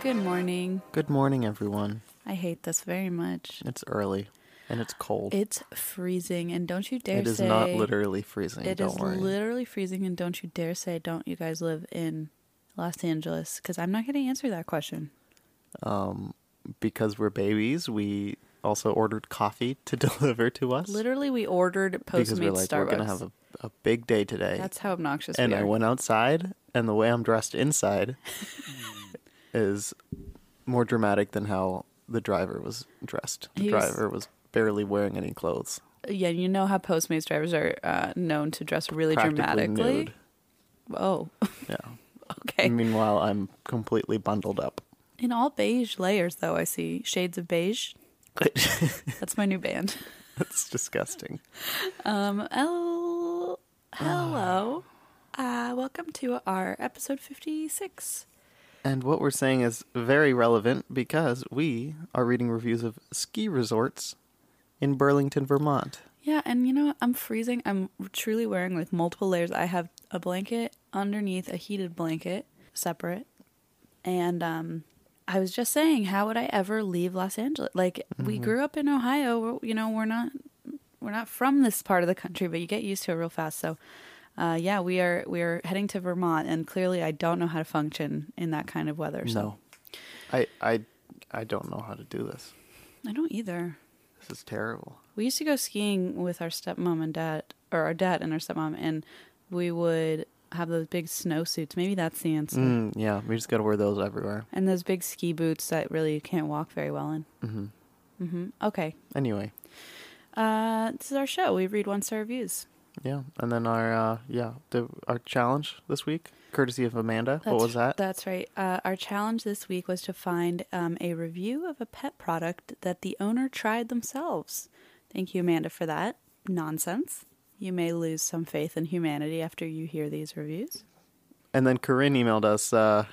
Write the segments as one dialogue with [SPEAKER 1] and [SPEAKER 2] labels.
[SPEAKER 1] Good morning.
[SPEAKER 2] Good morning, everyone.
[SPEAKER 1] I hate this very much.
[SPEAKER 2] It's early and it's cold.
[SPEAKER 1] It's freezing, and don't you dare
[SPEAKER 2] it is
[SPEAKER 1] say
[SPEAKER 2] not literally freezing.
[SPEAKER 1] It
[SPEAKER 2] don't
[SPEAKER 1] is
[SPEAKER 2] worry.
[SPEAKER 1] literally freezing, and don't you dare say don't you guys live in Los Angeles? Because I'm not going to answer that question.
[SPEAKER 2] because we're babies, we also ordered coffee to deliver to us.
[SPEAKER 1] Literally, we ordered
[SPEAKER 2] because we're
[SPEAKER 1] Postmates
[SPEAKER 2] like,
[SPEAKER 1] Starbucks.
[SPEAKER 2] we're going to have a, a big day today.
[SPEAKER 1] That's how obnoxious
[SPEAKER 2] and
[SPEAKER 1] we
[SPEAKER 2] I
[SPEAKER 1] are.
[SPEAKER 2] went outside, and the way I'm dressed inside is more dramatic than how the driver was dressed. The
[SPEAKER 1] He was-
[SPEAKER 2] driver was barely wearing any clothes.
[SPEAKER 1] yeah, you know how Postmates drivers are uh, known to dress really
[SPEAKER 2] Practically
[SPEAKER 1] dramatically. Oh,
[SPEAKER 2] nude.
[SPEAKER 1] okay.
[SPEAKER 2] Yeah. Meanwhile, I'm completely bundled up.
[SPEAKER 1] In all beige layers, though, I see shades of beige. That's my new band.
[SPEAKER 2] That's disgusting.
[SPEAKER 1] Um, el- hello. Uh, welcome to our episode 56.
[SPEAKER 2] And what we're saying is very relevant because we are reading reviews of ski resorts in Burlington, Vermont.
[SPEAKER 1] Yeah, and you know, what? I'm freezing. I'm truly wearing like multiple layers. I have a blanket underneath a heated blanket, separate. And um I was just saying, how would I ever leave Los Angeles? Like we grew up in Ohio, we're- you know, we're not we're not from this part of the country, but you get used to it real fast. So uh, yeah, we are we are heading to Vermont, and clearly I don't know how to function in that kind of weather. So
[SPEAKER 2] No. I I I don't know how to do this.
[SPEAKER 1] I don't either.
[SPEAKER 2] This is terrible.
[SPEAKER 1] We used to go skiing with our stepmom and dad, or our dad and our stepmom, and we would have those big snowsuits. Maybe that's the answer.
[SPEAKER 2] Mm, yeah, we just got to wear those everywhere.
[SPEAKER 1] And those big ski boots that really you can't walk very well in. Mm-hmm. Mm-hmm. Okay.
[SPEAKER 2] Anyway,
[SPEAKER 1] Uh, this is our show. We read one star reviews.
[SPEAKER 2] yeah. And then our uh yeah, the, our challenge this week, courtesy of Amanda. what was that?
[SPEAKER 1] That's right. Uh, our challenge this week was to find um, a review of a pet product that the owner tried themselves. Thank you, Amanda, for that. Nonsense. You may lose some faith in humanity after you hear these reviews.
[SPEAKER 2] And then Corinne emailed us uh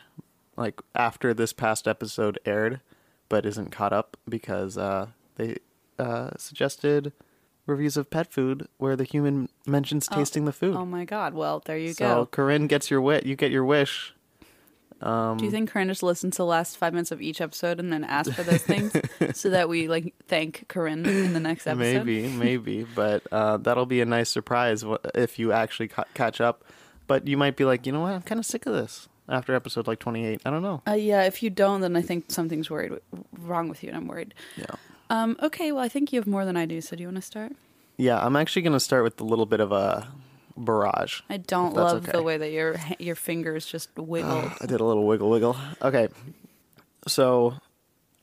[SPEAKER 2] like after this past episode aired but isn't caught up because uh they uh suggested reviews of pet food where the human mentions tasting the food.
[SPEAKER 1] Oh my God. Well, there you
[SPEAKER 2] so
[SPEAKER 1] go.
[SPEAKER 2] Corinne gets your wit, you get your wish. um,
[SPEAKER 1] Do you think Corinne just listened to the last five minutes of each episode and then asked for those things so that we like thank Corinne in the next episode?
[SPEAKER 2] Maybe, maybe, but uh that'll be a nice surprise wh- if you actually ca- catch up. But you might be like, "You know what? I'm kind of sick of this." After episode like 28, I don't know.
[SPEAKER 1] Uh, yeah, if you don't, then I think something's worried wrong with you, and I'm worried.
[SPEAKER 2] Yeah.
[SPEAKER 1] Um, okay, well, I think you have more than I do, so do you want to start?
[SPEAKER 2] Yeah, I'm actually going to start with a little bit of a barrage.
[SPEAKER 1] I don't
[SPEAKER 2] That's
[SPEAKER 1] love
[SPEAKER 2] okay.
[SPEAKER 1] the way that your ha- your fingers just wiggled.
[SPEAKER 2] I did a little wiggle wiggle. Okay. So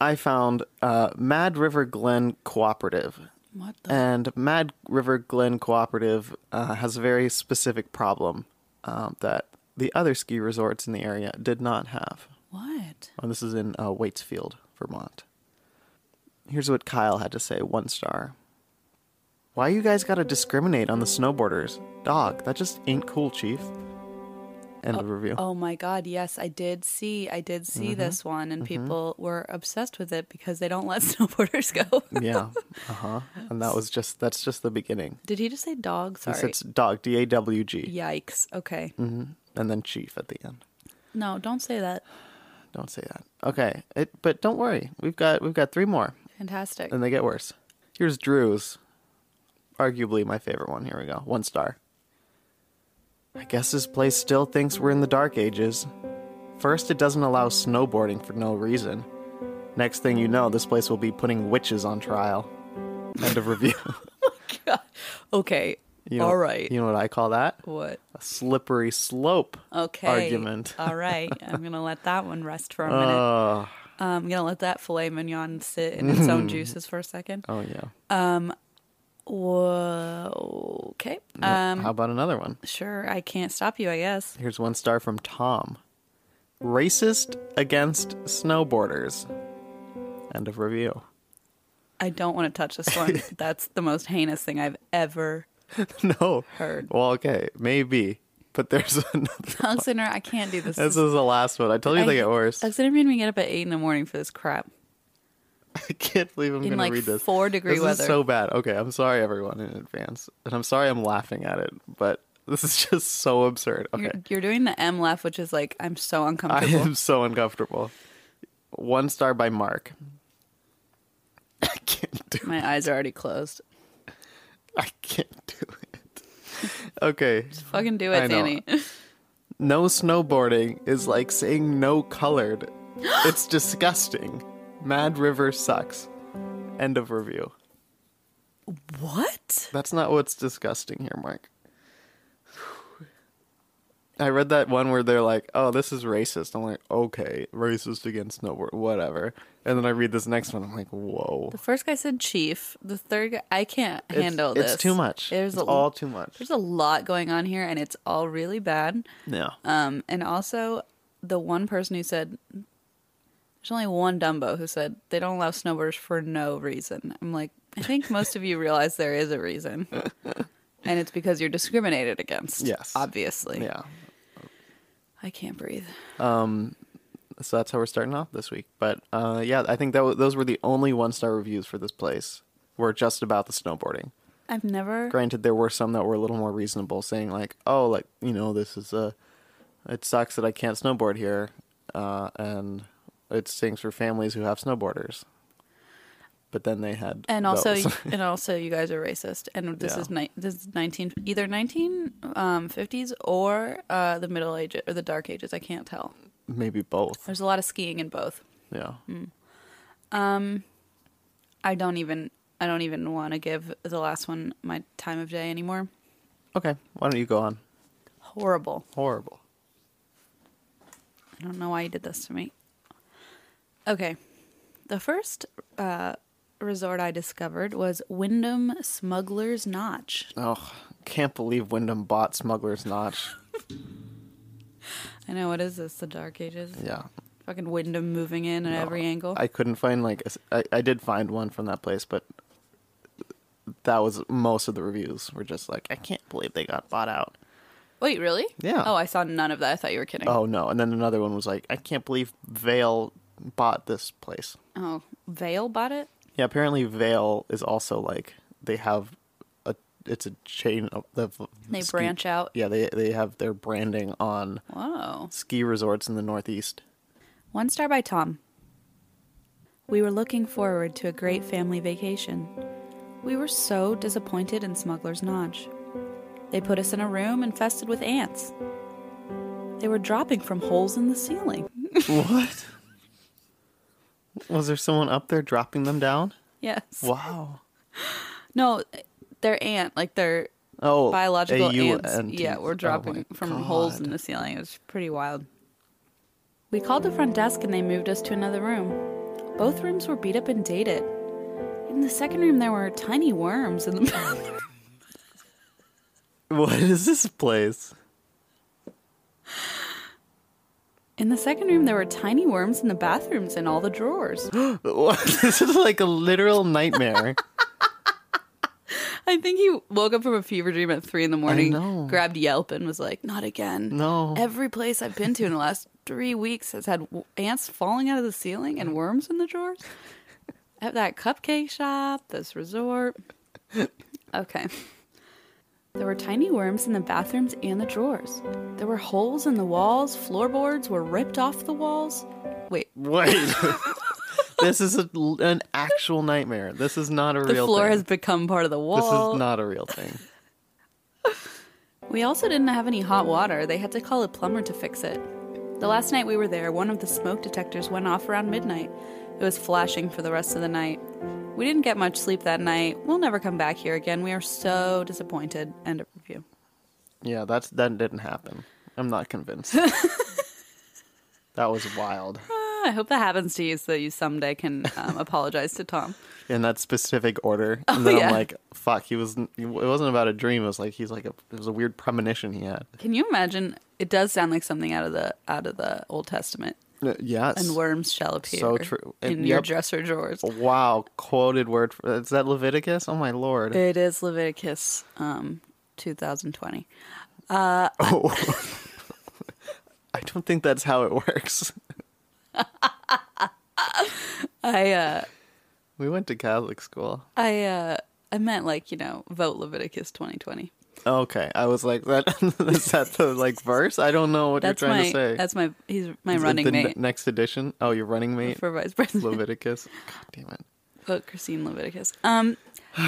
[SPEAKER 2] I found uh, Mad River Glen Cooperative.
[SPEAKER 1] what the?
[SPEAKER 2] And Mad River Glen Cooperative uh, has a very specific problem um, that the other ski resorts in the area did not have.
[SPEAKER 1] what?
[SPEAKER 2] And this is in uh, Waitsfield, Vermont. Here's what Kyle had to say one star. Why you guys gotta discriminate on the snowboarders? Dog, that just ain't cool, Chief. End of review.
[SPEAKER 1] Oh my God! Yes, I did see. I did see
[SPEAKER 2] Mm-hmm.
[SPEAKER 1] this one, and people were obsessed with it because they don't let snowboarders go.
[SPEAKER 2] yeah. Uh huh. And that was just that's just the beginning.
[SPEAKER 1] did he just say dog?
[SPEAKER 2] He
[SPEAKER 1] Sorry.
[SPEAKER 2] says dog D A W G,
[SPEAKER 1] Yikes. Okay.
[SPEAKER 2] Mm-hmm. and then chief at the end.
[SPEAKER 1] No, don't say that.
[SPEAKER 2] Don't say that. Okay. It, but don't worry, we've got we've got three more,
[SPEAKER 1] Fantastic.
[SPEAKER 2] and they get worse. Here's Drew's, arguably my favorite one. Here we go. One star. I guess this place still thinks we're in the dark ages. First, it doesn't allow snowboarding for no reason. Next thing you know, this place will be putting witches on trial. End of review.
[SPEAKER 1] okay.
[SPEAKER 2] You know-
[SPEAKER 1] All right.
[SPEAKER 2] You know what I call that?
[SPEAKER 1] what?
[SPEAKER 2] a slippery slope
[SPEAKER 1] Okay. Uh,
[SPEAKER 2] argument.
[SPEAKER 1] All right. I'm going to let that one rest for a minute.
[SPEAKER 2] Oh, Mm.
[SPEAKER 1] I'm going to let that filet mignon sit in its own juices for a second.
[SPEAKER 2] oh yeah.
[SPEAKER 1] Whoa. Okay.
[SPEAKER 2] Yeah,
[SPEAKER 1] Um,
[SPEAKER 2] How about another one?
[SPEAKER 1] sure. I can't stop you, I guess.
[SPEAKER 2] Here's one star from Tom. Racist against snowboarders. End of review.
[SPEAKER 1] I don't want to touch this one. That's the most heinous thing I've ever
[SPEAKER 2] no.
[SPEAKER 1] heard.
[SPEAKER 2] Well, okay, maybe. But there's another.
[SPEAKER 1] Tongue Sinner, I can't do this.
[SPEAKER 2] This is the last one. I told you
[SPEAKER 1] I-
[SPEAKER 2] they get worse.
[SPEAKER 1] Tongue Sinner made me get up at 8 in the morning for this crap.
[SPEAKER 2] I can't believe I'm
[SPEAKER 1] in
[SPEAKER 2] going
[SPEAKER 1] like
[SPEAKER 2] to read this.
[SPEAKER 1] four degree
[SPEAKER 2] this
[SPEAKER 1] weather.
[SPEAKER 2] is so bad. Okay, I'm sorry everyone in advance, and I'm sorry I'm laughing at it, but this is just so absurd. Okay,
[SPEAKER 1] You're, you're doing the M laugh, which is like, I'm so
[SPEAKER 2] I
[SPEAKER 1] uncomfortable.
[SPEAKER 2] am so uncomfortable. One star by Mark. I can't do.
[SPEAKER 1] My eyes are already closed.
[SPEAKER 2] I can't do it. Okay,
[SPEAKER 1] Fucking do
[SPEAKER 2] I
[SPEAKER 1] it,
[SPEAKER 2] know.
[SPEAKER 1] Danny.
[SPEAKER 2] no snowboarding is like saying no colored. it's disgusting. Mad River sucks. End of review.
[SPEAKER 1] what?
[SPEAKER 2] That's not what's disgusting here, Mark. I read that one where they're like, "Oh, this is racist." I'm like, "Okay, racist against snowboard, whatever." And then I read this next one, I'm like, "Whoa,
[SPEAKER 1] The first guy said chief. The third guy, I can't
[SPEAKER 2] It's-
[SPEAKER 1] handle
[SPEAKER 2] it's,
[SPEAKER 1] this.
[SPEAKER 2] too much.
[SPEAKER 1] There's
[SPEAKER 2] it's
[SPEAKER 1] a,
[SPEAKER 2] all too much."
[SPEAKER 1] There's a lot going on here, and it's all really bad.
[SPEAKER 2] Yeah,
[SPEAKER 1] Um, and also the one person who said there's only one Dumbo who said they don't allow snowboarders for no reason. I'm like, I think most of you realize there is a reason, and it's because you're discriminated against.
[SPEAKER 2] Yes.
[SPEAKER 1] obviously.
[SPEAKER 2] yeah.
[SPEAKER 1] I can't breathe.
[SPEAKER 2] So that's how we're starting off this week. But uh, yeah, I think that w- those were the only one-star reviews for this place. Were just about the snowboarding.
[SPEAKER 1] I've never.
[SPEAKER 2] granted there were some that were a little more reasonable saying like oh like you know this is a it sucks that i can't snowboard here uh, and it stinks for families who have snowboarders but then they had
[SPEAKER 1] And also,
[SPEAKER 2] those.
[SPEAKER 1] and also, you guys are racist. And this
[SPEAKER 2] Yeah.
[SPEAKER 1] is ni- this is nineteen either nineteen um, fifties or uh, the Middle Ages or the Dark Ages. I can't tell.
[SPEAKER 2] maybe both
[SPEAKER 1] There's a lot of skiing in both.
[SPEAKER 2] yeah
[SPEAKER 1] Mm. I don't even I don't even want to give the last one my time of day anymore.
[SPEAKER 2] okay why don't you go on
[SPEAKER 1] Horrible.
[SPEAKER 2] horrible
[SPEAKER 1] I don't know why you did this to me. Okay. The first uh, resort I discovered was Wyndham Smuggler's Notch.
[SPEAKER 2] oh can't believe wyndham bought smuggler's notch
[SPEAKER 1] I know what is this? The Dark Ages.
[SPEAKER 2] yeah
[SPEAKER 1] Fucking Wyndham moving in at every angle.
[SPEAKER 2] i couldn't find like a s I I I did find one from that place but that was most of the reviews were just like i can't believe they got bought out
[SPEAKER 1] Wait, really?
[SPEAKER 2] Yeah.
[SPEAKER 1] Oh, I saw none of that. I thought you were kidding.
[SPEAKER 2] Oh no! And then another one was like, I can't believe Vale bought this place.
[SPEAKER 1] Oh, Vale bought it.
[SPEAKER 2] Yeah, apparently Vale is also like they have a it's a chain of the
[SPEAKER 1] They branch out.
[SPEAKER 2] Yeah, they they have their branding on
[SPEAKER 1] Whoa.
[SPEAKER 2] ski resorts in the Northeast.
[SPEAKER 1] One star by Tom. We were looking forward to a great family vacation. We were so disappointed in Smuggler's Notch. They put us in a room infested with ants. They were dropping from holes in the ceiling.
[SPEAKER 2] what? Was there someone up there dropping them down?
[SPEAKER 1] Yes.
[SPEAKER 2] Wow.
[SPEAKER 1] No, they're ant, like they're
[SPEAKER 2] Oh,
[SPEAKER 1] biological ants.
[SPEAKER 2] AUNT.
[SPEAKER 1] Yeah,
[SPEAKER 2] Oh, my
[SPEAKER 1] we're dropping from holes in
[SPEAKER 2] God.
[SPEAKER 1] the ceiling. It was pretty wild. We called the front desk and they moved us to another room. Both rooms were beat up and dated. In the second room, there were tiny worms in the bathroom.
[SPEAKER 2] What is this place?
[SPEAKER 1] In the second room, there were tiny worms in the bathrooms and all the drawers.
[SPEAKER 2] What? this is like a literal nightmare.
[SPEAKER 1] I think he woke up from a fever dream at three in the
[SPEAKER 2] know.
[SPEAKER 1] morning, grabbed Yelp, and was like, "Not again."
[SPEAKER 2] No.
[SPEAKER 1] Every place I've been to in the last three weeks has had w- ants falling out of the ceiling and worms in the drawers. At that cupcake shop, this resort. Okay. There were tiny worms in the bathrooms and the drawers. There were holes in the walls. Floorboards were ripped off the walls. Wait,
[SPEAKER 2] Wait. this is a, an actual nightmare. This is not a
[SPEAKER 1] the
[SPEAKER 2] real
[SPEAKER 1] floor
[SPEAKER 2] thing.
[SPEAKER 1] has become part of the wall.
[SPEAKER 2] this is not a real thing.
[SPEAKER 1] We also didn't have any hot water. They had to call a plumber to fix it. The last night we were there, one of the smoke detectors went off around midnight. It was flashing for the rest of the night. We didn't get much sleep that night. We'll never come back here again. We are so disappointed. End of review.
[SPEAKER 2] Yeah, that's that didn't happen. I'm not convinced. that was wild.
[SPEAKER 1] Ah, I hope that happens to you so you someday can um, apologize to Tom.
[SPEAKER 2] in that specific order. And then
[SPEAKER 1] Oh, yeah.
[SPEAKER 2] I'm like, fuck, he was. It wasn't about a dream. It was like he's like a. It was a weird premonition he had.
[SPEAKER 1] Can you imagine? It does sound like something out of the out of the Old Testament.
[SPEAKER 2] Uh, Yes.
[SPEAKER 1] And worms shall appear
[SPEAKER 2] So true.
[SPEAKER 1] in
[SPEAKER 2] And-
[SPEAKER 1] your
[SPEAKER 2] yep.
[SPEAKER 1] dresser drawers.
[SPEAKER 2] Wow, quoted word. For, is that Leviticus? Oh my lord.
[SPEAKER 1] It is Leviticus um, 2020.
[SPEAKER 2] I don't think that's how it works.
[SPEAKER 1] I uh,
[SPEAKER 2] We went to Catholic school.
[SPEAKER 1] I uh, I meant like you know vote Leviticus 2020.
[SPEAKER 2] Okay, I was like, that is that the like verse? I don't know what
[SPEAKER 1] That's
[SPEAKER 2] you're trying
[SPEAKER 1] my
[SPEAKER 2] to say.
[SPEAKER 1] that's my he's my
[SPEAKER 2] Is it
[SPEAKER 1] running
[SPEAKER 2] the ne-
[SPEAKER 1] mate
[SPEAKER 2] next edition. Oh, your running mate,
[SPEAKER 1] for vice president.
[SPEAKER 2] Leviticus. God damn it.
[SPEAKER 1] Vote Christine Leviticus. Um,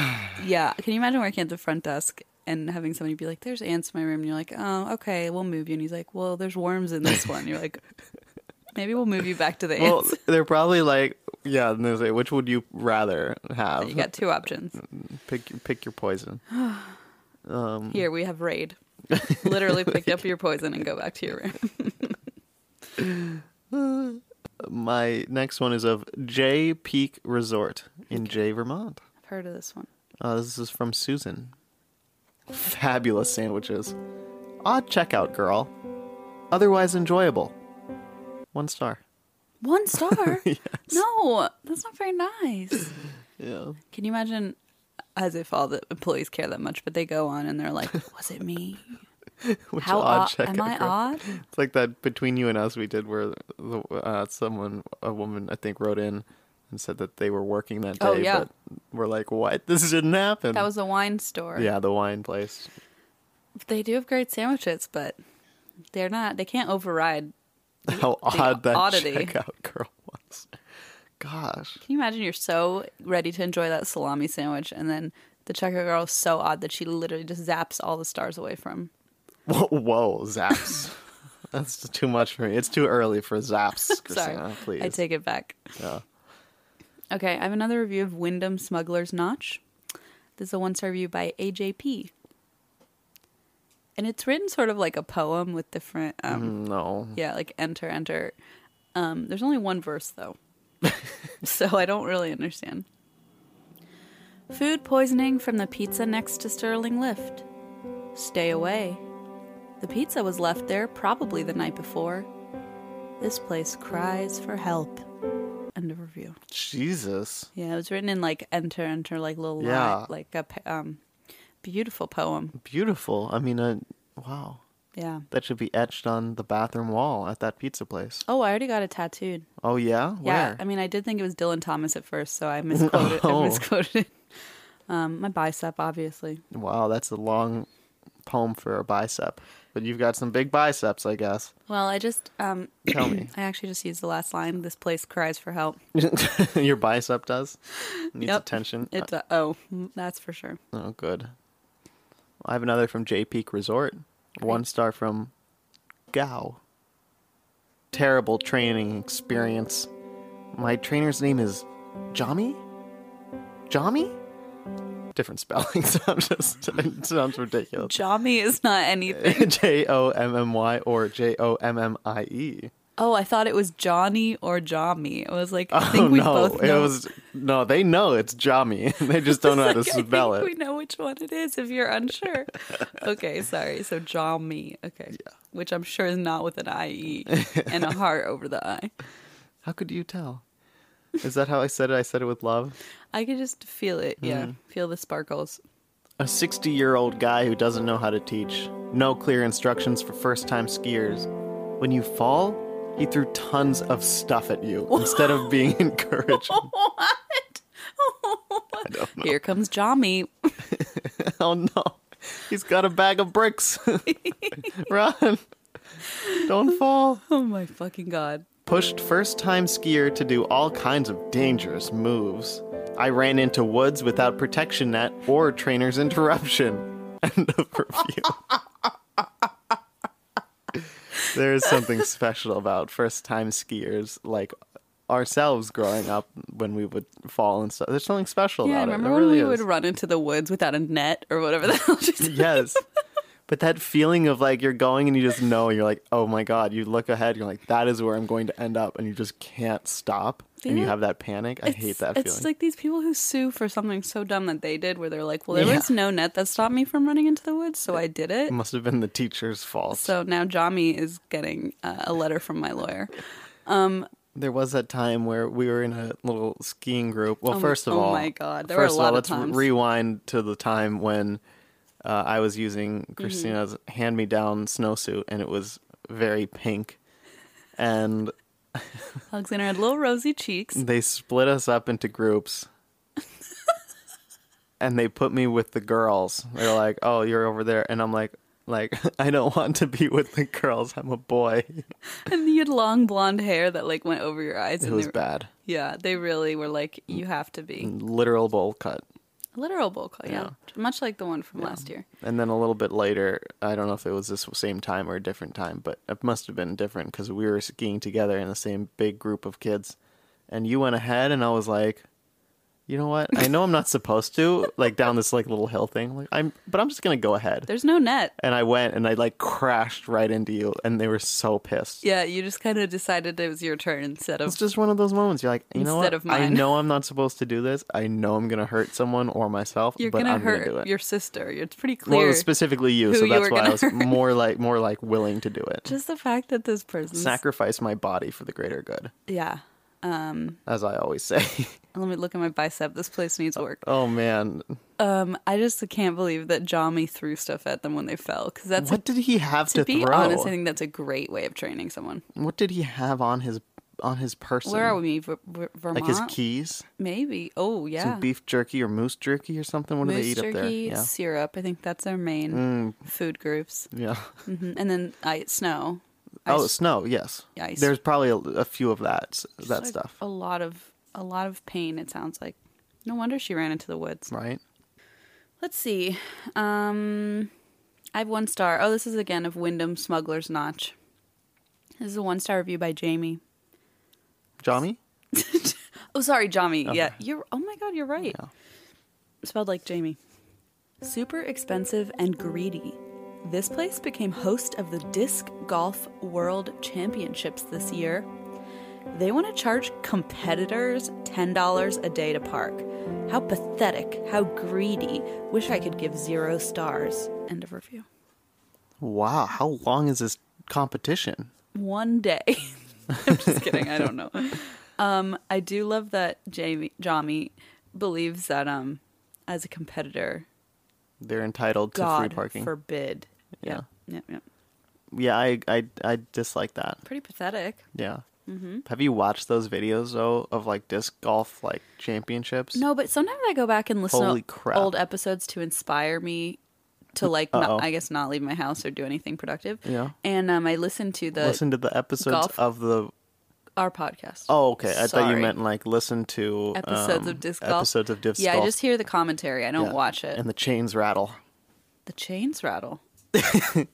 [SPEAKER 1] yeah. Can you imagine working at the front desk and having somebody be like, "There's ants in my room," and you're like, "Oh, okay, we'll move you." And he's like, "Well, there's worms in this one." You're like, "Maybe we'll move you back to the
[SPEAKER 2] Well,
[SPEAKER 1] ants."
[SPEAKER 2] they're probably like, yeah. And they say, which would you rather have?
[SPEAKER 1] you got two options.
[SPEAKER 2] Mm-hmm. pick pick your poison.
[SPEAKER 1] Here we have raid. Literally pick up your poison and go back to your room.
[SPEAKER 2] My next one is of J Peak Resort in Jay, Vermont.
[SPEAKER 1] I've heard of this one.
[SPEAKER 2] Uh, this is from Susan. Fabulous sandwiches. Odd checkout, girl. Otherwise enjoyable. One star.
[SPEAKER 1] One star. No, that's not very nice.
[SPEAKER 2] Yeah.
[SPEAKER 1] Can you imagine? As if all the employees care that much, but they go on and they're like, "Was it me?
[SPEAKER 2] Which
[SPEAKER 1] How
[SPEAKER 2] odd Mm-hmm.
[SPEAKER 1] odd?
[SPEAKER 2] checkout?
[SPEAKER 1] Am I
[SPEAKER 2] girl.
[SPEAKER 1] odd?"
[SPEAKER 2] It's like that between you and us we did where the, uh, someone, a woman, I think, wrote in and said that they were working that day,
[SPEAKER 1] Oh, yeah.
[SPEAKER 2] but we're like, what? This didn't happen.
[SPEAKER 1] That was the wine store.
[SPEAKER 2] yeah, the wine place.
[SPEAKER 1] They do have great sandwiches, but they're not. They can't override.
[SPEAKER 2] How odd that
[SPEAKER 1] oddity.
[SPEAKER 2] checkout girl was. Gosh.
[SPEAKER 1] Can you imagine? You're so ready to enjoy that salami sandwich, and then the checkout girl is so odd that she literally just zaps all the stars away from.
[SPEAKER 2] Whoa, whoa zaps. That's too much for me. It's too early for zaps,
[SPEAKER 1] Sorry,
[SPEAKER 2] Christina. please.
[SPEAKER 1] I take it back.
[SPEAKER 2] Yeah.
[SPEAKER 1] Okay, I have another review of Wyndham Smuggler's Notch. This is a one-star review by AJP, and it's written sort of like a poem with different um,
[SPEAKER 2] Mm-hmm. No.
[SPEAKER 1] Yeah, like enter, enter. Um, there's only one verse though, so I don't really understand. Food poisoning from the pizza next to Sterling Lift. Stay away. The pizza was left there probably the night before. This place cries for help. End of review.
[SPEAKER 2] Jesus.
[SPEAKER 1] Yeah, it was written in like enter, enter, like little li-
[SPEAKER 2] Yeah.
[SPEAKER 1] like a p- um, beautiful poem.
[SPEAKER 2] Beautiful. I mean, uh, wow.
[SPEAKER 1] Yeah.
[SPEAKER 2] That should be etched on the bathroom wall at that pizza place.
[SPEAKER 1] Oh, I already got it tattooed.
[SPEAKER 2] Oh, yeah?
[SPEAKER 1] Yeah,
[SPEAKER 2] Where?
[SPEAKER 1] I mean, I did think it was Dylan Thomas at first, so I misquoted.
[SPEAKER 2] Oh.
[SPEAKER 1] I misquoted it. Um, my bicep, obviously.
[SPEAKER 2] wow, that's a long poem for a bicep. But you've got some big biceps, I guess.
[SPEAKER 1] Well, I just, um,
[SPEAKER 2] Tell me.
[SPEAKER 1] I actually just used the last line. This place cries for help.
[SPEAKER 2] Your bicep does? Needs
[SPEAKER 1] Yep.
[SPEAKER 2] attention.
[SPEAKER 1] It's a, oh, mm, that's for sure.
[SPEAKER 2] Oh, good. I have another from J Peak Resort. One star from Gao. Terrible training experience. My trainer's name is Jami? Jami? Different spellings. I'm just, it sounds ridiculous.
[SPEAKER 1] Jami is not anything.
[SPEAKER 2] J O M M Y or J O M M I E.
[SPEAKER 1] Oh, I thought it was Johnny or Jami. I was like, I think
[SPEAKER 2] Oh
[SPEAKER 1] we
[SPEAKER 2] no!
[SPEAKER 1] both
[SPEAKER 2] It
[SPEAKER 1] know.
[SPEAKER 2] was no. They know it's Jami. They just don't know how to
[SPEAKER 1] Like, I think
[SPEAKER 2] spell it.
[SPEAKER 1] We know which one it is if you're unsure. okay, sorry. So Jami. Okay. Which I'm sure is not with an IE and a heart over the I.
[SPEAKER 2] How could you tell? Is that how I said it? I said it with love.
[SPEAKER 1] I could just feel it.
[SPEAKER 2] Hmm.
[SPEAKER 1] Yeah, feel the sparkles.
[SPEAKER 2] A 60 year old guy who doesn't know how to teach. No clear instructions for first time skiers. When you fall, he threw tons of stuff at you instead of being encouraged.
[SPEAKER 1] What? Here comes Jami.
[SPEAKER 2] oh no. He's got a bag of bricks. Run. Don't fall.
[SPEAKER 1] Oh my fucking god.
[SPEAKER 2] Pushed first time skier to do all kinds of dangerous moves. I ran into woods without protection net or trainer's interruption. End of review. there is something special about first time skiers like ourselves growing up when we would fall and stuff. There's something special
[SPEAKER 1] Yeah, I
[SPEAKER 2] about
[SPEAKER 1] remember
[SPEAKER 2] it. There
[SPEAKER 1] when
[SPEAKER 2] really
[SPEAKER 1] we
[SPEAKER 2] is.
[SPEAKER 1] would run into the woods without a net or whatever the hell she said.
[SPEAKER 2] Yes. But that feeling of like you're going and you just know you're like, oh my god, you look ahead, you're like, that is where I'm going to end up, and you just can't stop, and you
[SPEAKER 1] Yeah.
[SPEAKER 2] have that panic. I hate
[SPEAKER 1] It's-
[SPEAKER 2] that
[SPEAKER 1] It's
[SPEAKER 2] feeling.
[SPEAKER 1] like these people who sue for something so dumb that they did, where they're like, "Well, there
[SPEAKER 2] Yeah.
[SPEAKER 1] was no net that stopped me from running into the woods, so I did it."
[SPEAKER 2] it must have been the teacher's fault.
[SPEAKER 1] So now Jami is getting uh, a letter from my lawyer.
[SPEAKER 2] there was that time where we were in a little skiing group. Well,
[SPEAKER 1] Oh m-
[SPEAKER 2] first of
[SPEAKER 1] oh
[SPEAKER 2] all,
[SPEAKER 1] my God, there were a
[SPEAKER 2] first
[SPEAKER 1] lot
[SPEAKER 2] of all,
[SPEAKER 1] of
[SPEAKER 2] let's re-
[SPEAKER 1] times.
[SPEAKER 2] rewind to the time when uh, I was
[SPEAKER 1] Mm-hmm.
[SPEAKER 2] using Christina's hand-me-down snowsuit, and it was very pink, and
[SPEAKER 1] Alexander had little rosy cheeks.
[SPEAKER 2] they split us up into groups. and they put me with the girls. They're like, "Oh, you're over there." And I'm like, like I don't want to be with the girls. I'm a boy.
[SPEAKER 1] And you had long blonde hair that like went over your eyes.
[SPEAKER 2] It
[SPEAKER 1] and
[SPEAKER 2] was
[SPEAKER 1] they were-
[SPEAKER 2] bad. Mm.
[SPEAKER 1] Yeah, they really were like, you have to be
[SPEAKER 2] Literal bowl cut.
[SPEAKER 1] a literal bowl cut. Yeah. much like the one from last year.
[SPEAKER 2] And then a little bit later, I don't know if it was this same time or a different time, but it must have been different because we were skiing together in the same big group of kids. And you went ahead, and I was like, you know what? I know I'm not supposed to like down this like little hill thing, like I'm, but I'm just gonna go ahead.
[SPEAKER 1] There's no net.
[SPEAKER 2] And I went, and I like crashed right into you, and they were so pissed.
[SPEAKER 1] Yeah, you just kind of decided it was your turn instead of
[SPEAKER 2] It's just one of those moments. You're like, you know what?
[SPEAKER 1] Instead of
[SPEAKER 2] I
[SPEAKER 1] mine.
[SPEAKER 2] know I'm not supposed to do this. I know I'm gonna hurt someone or myself,
[SPEAKER 1] you're
[SPEAKER 2] but
[SPEAKER 1] gonna
[SPEAKER 2] I'm
[SPEAKER 1] hurt
[SPEAKER 2] gonna do it.
[SPEAKER 1] your sister. It's pretty
[SPEAKER 2] Well, it
[SPEAKER 1] clear.
[SPEAKER 2] was specifically you,
[SPEAKER 1] who
[SPEAKER 2] so
[SPEAKER 1] you
[SPEAKER 2] that's
[SPEAKER 1] were
[SPEAKER 2] why I
[SPEAKER 1] gonna
[SPEAKER 2] was
[SPEAKER 1] hurt.
[SPEAKER 2] more like more like willing to do it.
[SPEAKER 1] just the fact that this person
[SPEAKER 2] Sacrifice my body for the greater good,
[SPEAKER 1] Yeah. Um,
[SPEAKER 2] as I always say.
[SPEAKER 1] let me look at my bicep. This place needs work.
[SPEAKER 2] oh man,
[SPEAKER 1] Um, I just can't believe that Jami threw stuff at them when they fell because that's a,
[SPEAKER 2] what did he have
[SPEAKER 1] to
[SPEAKER 2] to,
[SPEAKER 1] be
[SPEAKER 2] throw?
[SPEAKER 1] honest. I think that's a great way of training someone.
[SPEAKER 2] what did he have on his on his person?
[SPEAKER 1] Where are we? Ver- Ver-
[SPEAKER 2] Like
[SPEAKER 1] Vermont,
[SPEAKER 2] his keys,
[SPEAKER 1] maybe. Oh yeah,
[SPEAKER 2] some beef jerky or moose jerky or something. What do they
[SPEAKER 1] moose
[SPEAKER 2] eat up there?
[SPEAKER 1] jerky
[SPEAKER 2] Yeah, Mm.
[SPEAKER 1] syrup. I think that's our main food groups.
[SPEAKER 2] yeah.
[SPEAKER 1] hmm And then I snow.
[SPEAKER 2] oh,
[SPEAKER 1] Ice-
[SPEAKER 2] snow. Yes,
[SPEAKER 1] Ice.
[SPEAKER 2] there's probably a, a few of that s- that
[SPEAKER 1] Like,
[SPEAKER 2] stuff,
[SPEAKER 1] A lot of a lot of pain. It sounds like. No wonder she ran into the woods.
[SPEAKER 2] right?
[SPEAKER 1] Let's see. Um, I have one star. Oh, this is again of Wyndham Smuggler's Notch. This is a one star review by Jamie.
[SPEAKER 2] Johnny.
[SPEAKER 1] Oh, sorry, Jami. Yeah, you're. Oh my God, you're right.
[SPEAKER 2] Yeah.
[SPEAKER 1] Spelled like Jamie. Super expensive and greedy. This place became host of the Disc Golf World Championships this year. They want to charge competitors $10 a day to park. How pathetic. How greedy. Wish I could give zero stars. End of review.
[SPEAKER 2] Wow, how long is this competition?
[SPEAKER 1] one day. I'm just kidding. I don't know. Um, I do love that Jamie Jami believes that um, as a competitor,
[SPEAKER 2] They're entitled to
[SPEAKER 1] God
[SPEAKER 2] free parking.
[SPEAKER 1] forbid.
[SPEAKER 2] Yeah.
[SPEAKER 1] yeah, yeah.
[SPEAKER 2] Yeah, I, I I dislike that.
[SPEAKER 1] Pretty pathetic.
[SPEAKER 2] Yeah. Mm-hmm. Have you watched those videos though of like disc golf like championships?
[SPEAKER 1] No, but sometimes I go back and listen
[SPEAKER 2] Holy
[SPEAKER 1] to
[SPEAKER 2] crap.
[SPEAKER 1] old episodes to inspire me to like, not,
[SPEAKER 2] Uh-oh.
[SPEAKER 1] I guess, not leave my house or do anything productive.
[SPEAKER 2] Yeah.
[SPEAKER 1] And um, I listen to the
[SPEAKER 2] Listen to the episodes
[SPEAKER 1] golf-
[SPEAKER 2] of the.
[SPEAKER 1] our podcast.
[SPEAKER 2] Oh, okay. I thought
[SPEAKER 1] Sorry.
[SPEAKER 2] you meant like listen to
[SPEAKER 1] episodes
[SPEAKER 2] um,
[SPEAKER 1] of disc golf.
[SPEAKER 2] Episodes of disc
[SPEAKER 1] yeah,
[SPEAKER 2] golf.
[SPEAKER 1] I just hear the commentary. I don't
[SPEAKER 2] Yeah.
[SPEAKER 1] watch it.
[SPEAKER 2] And the chains rattle.
[SPEAKER 1] the chains rattle.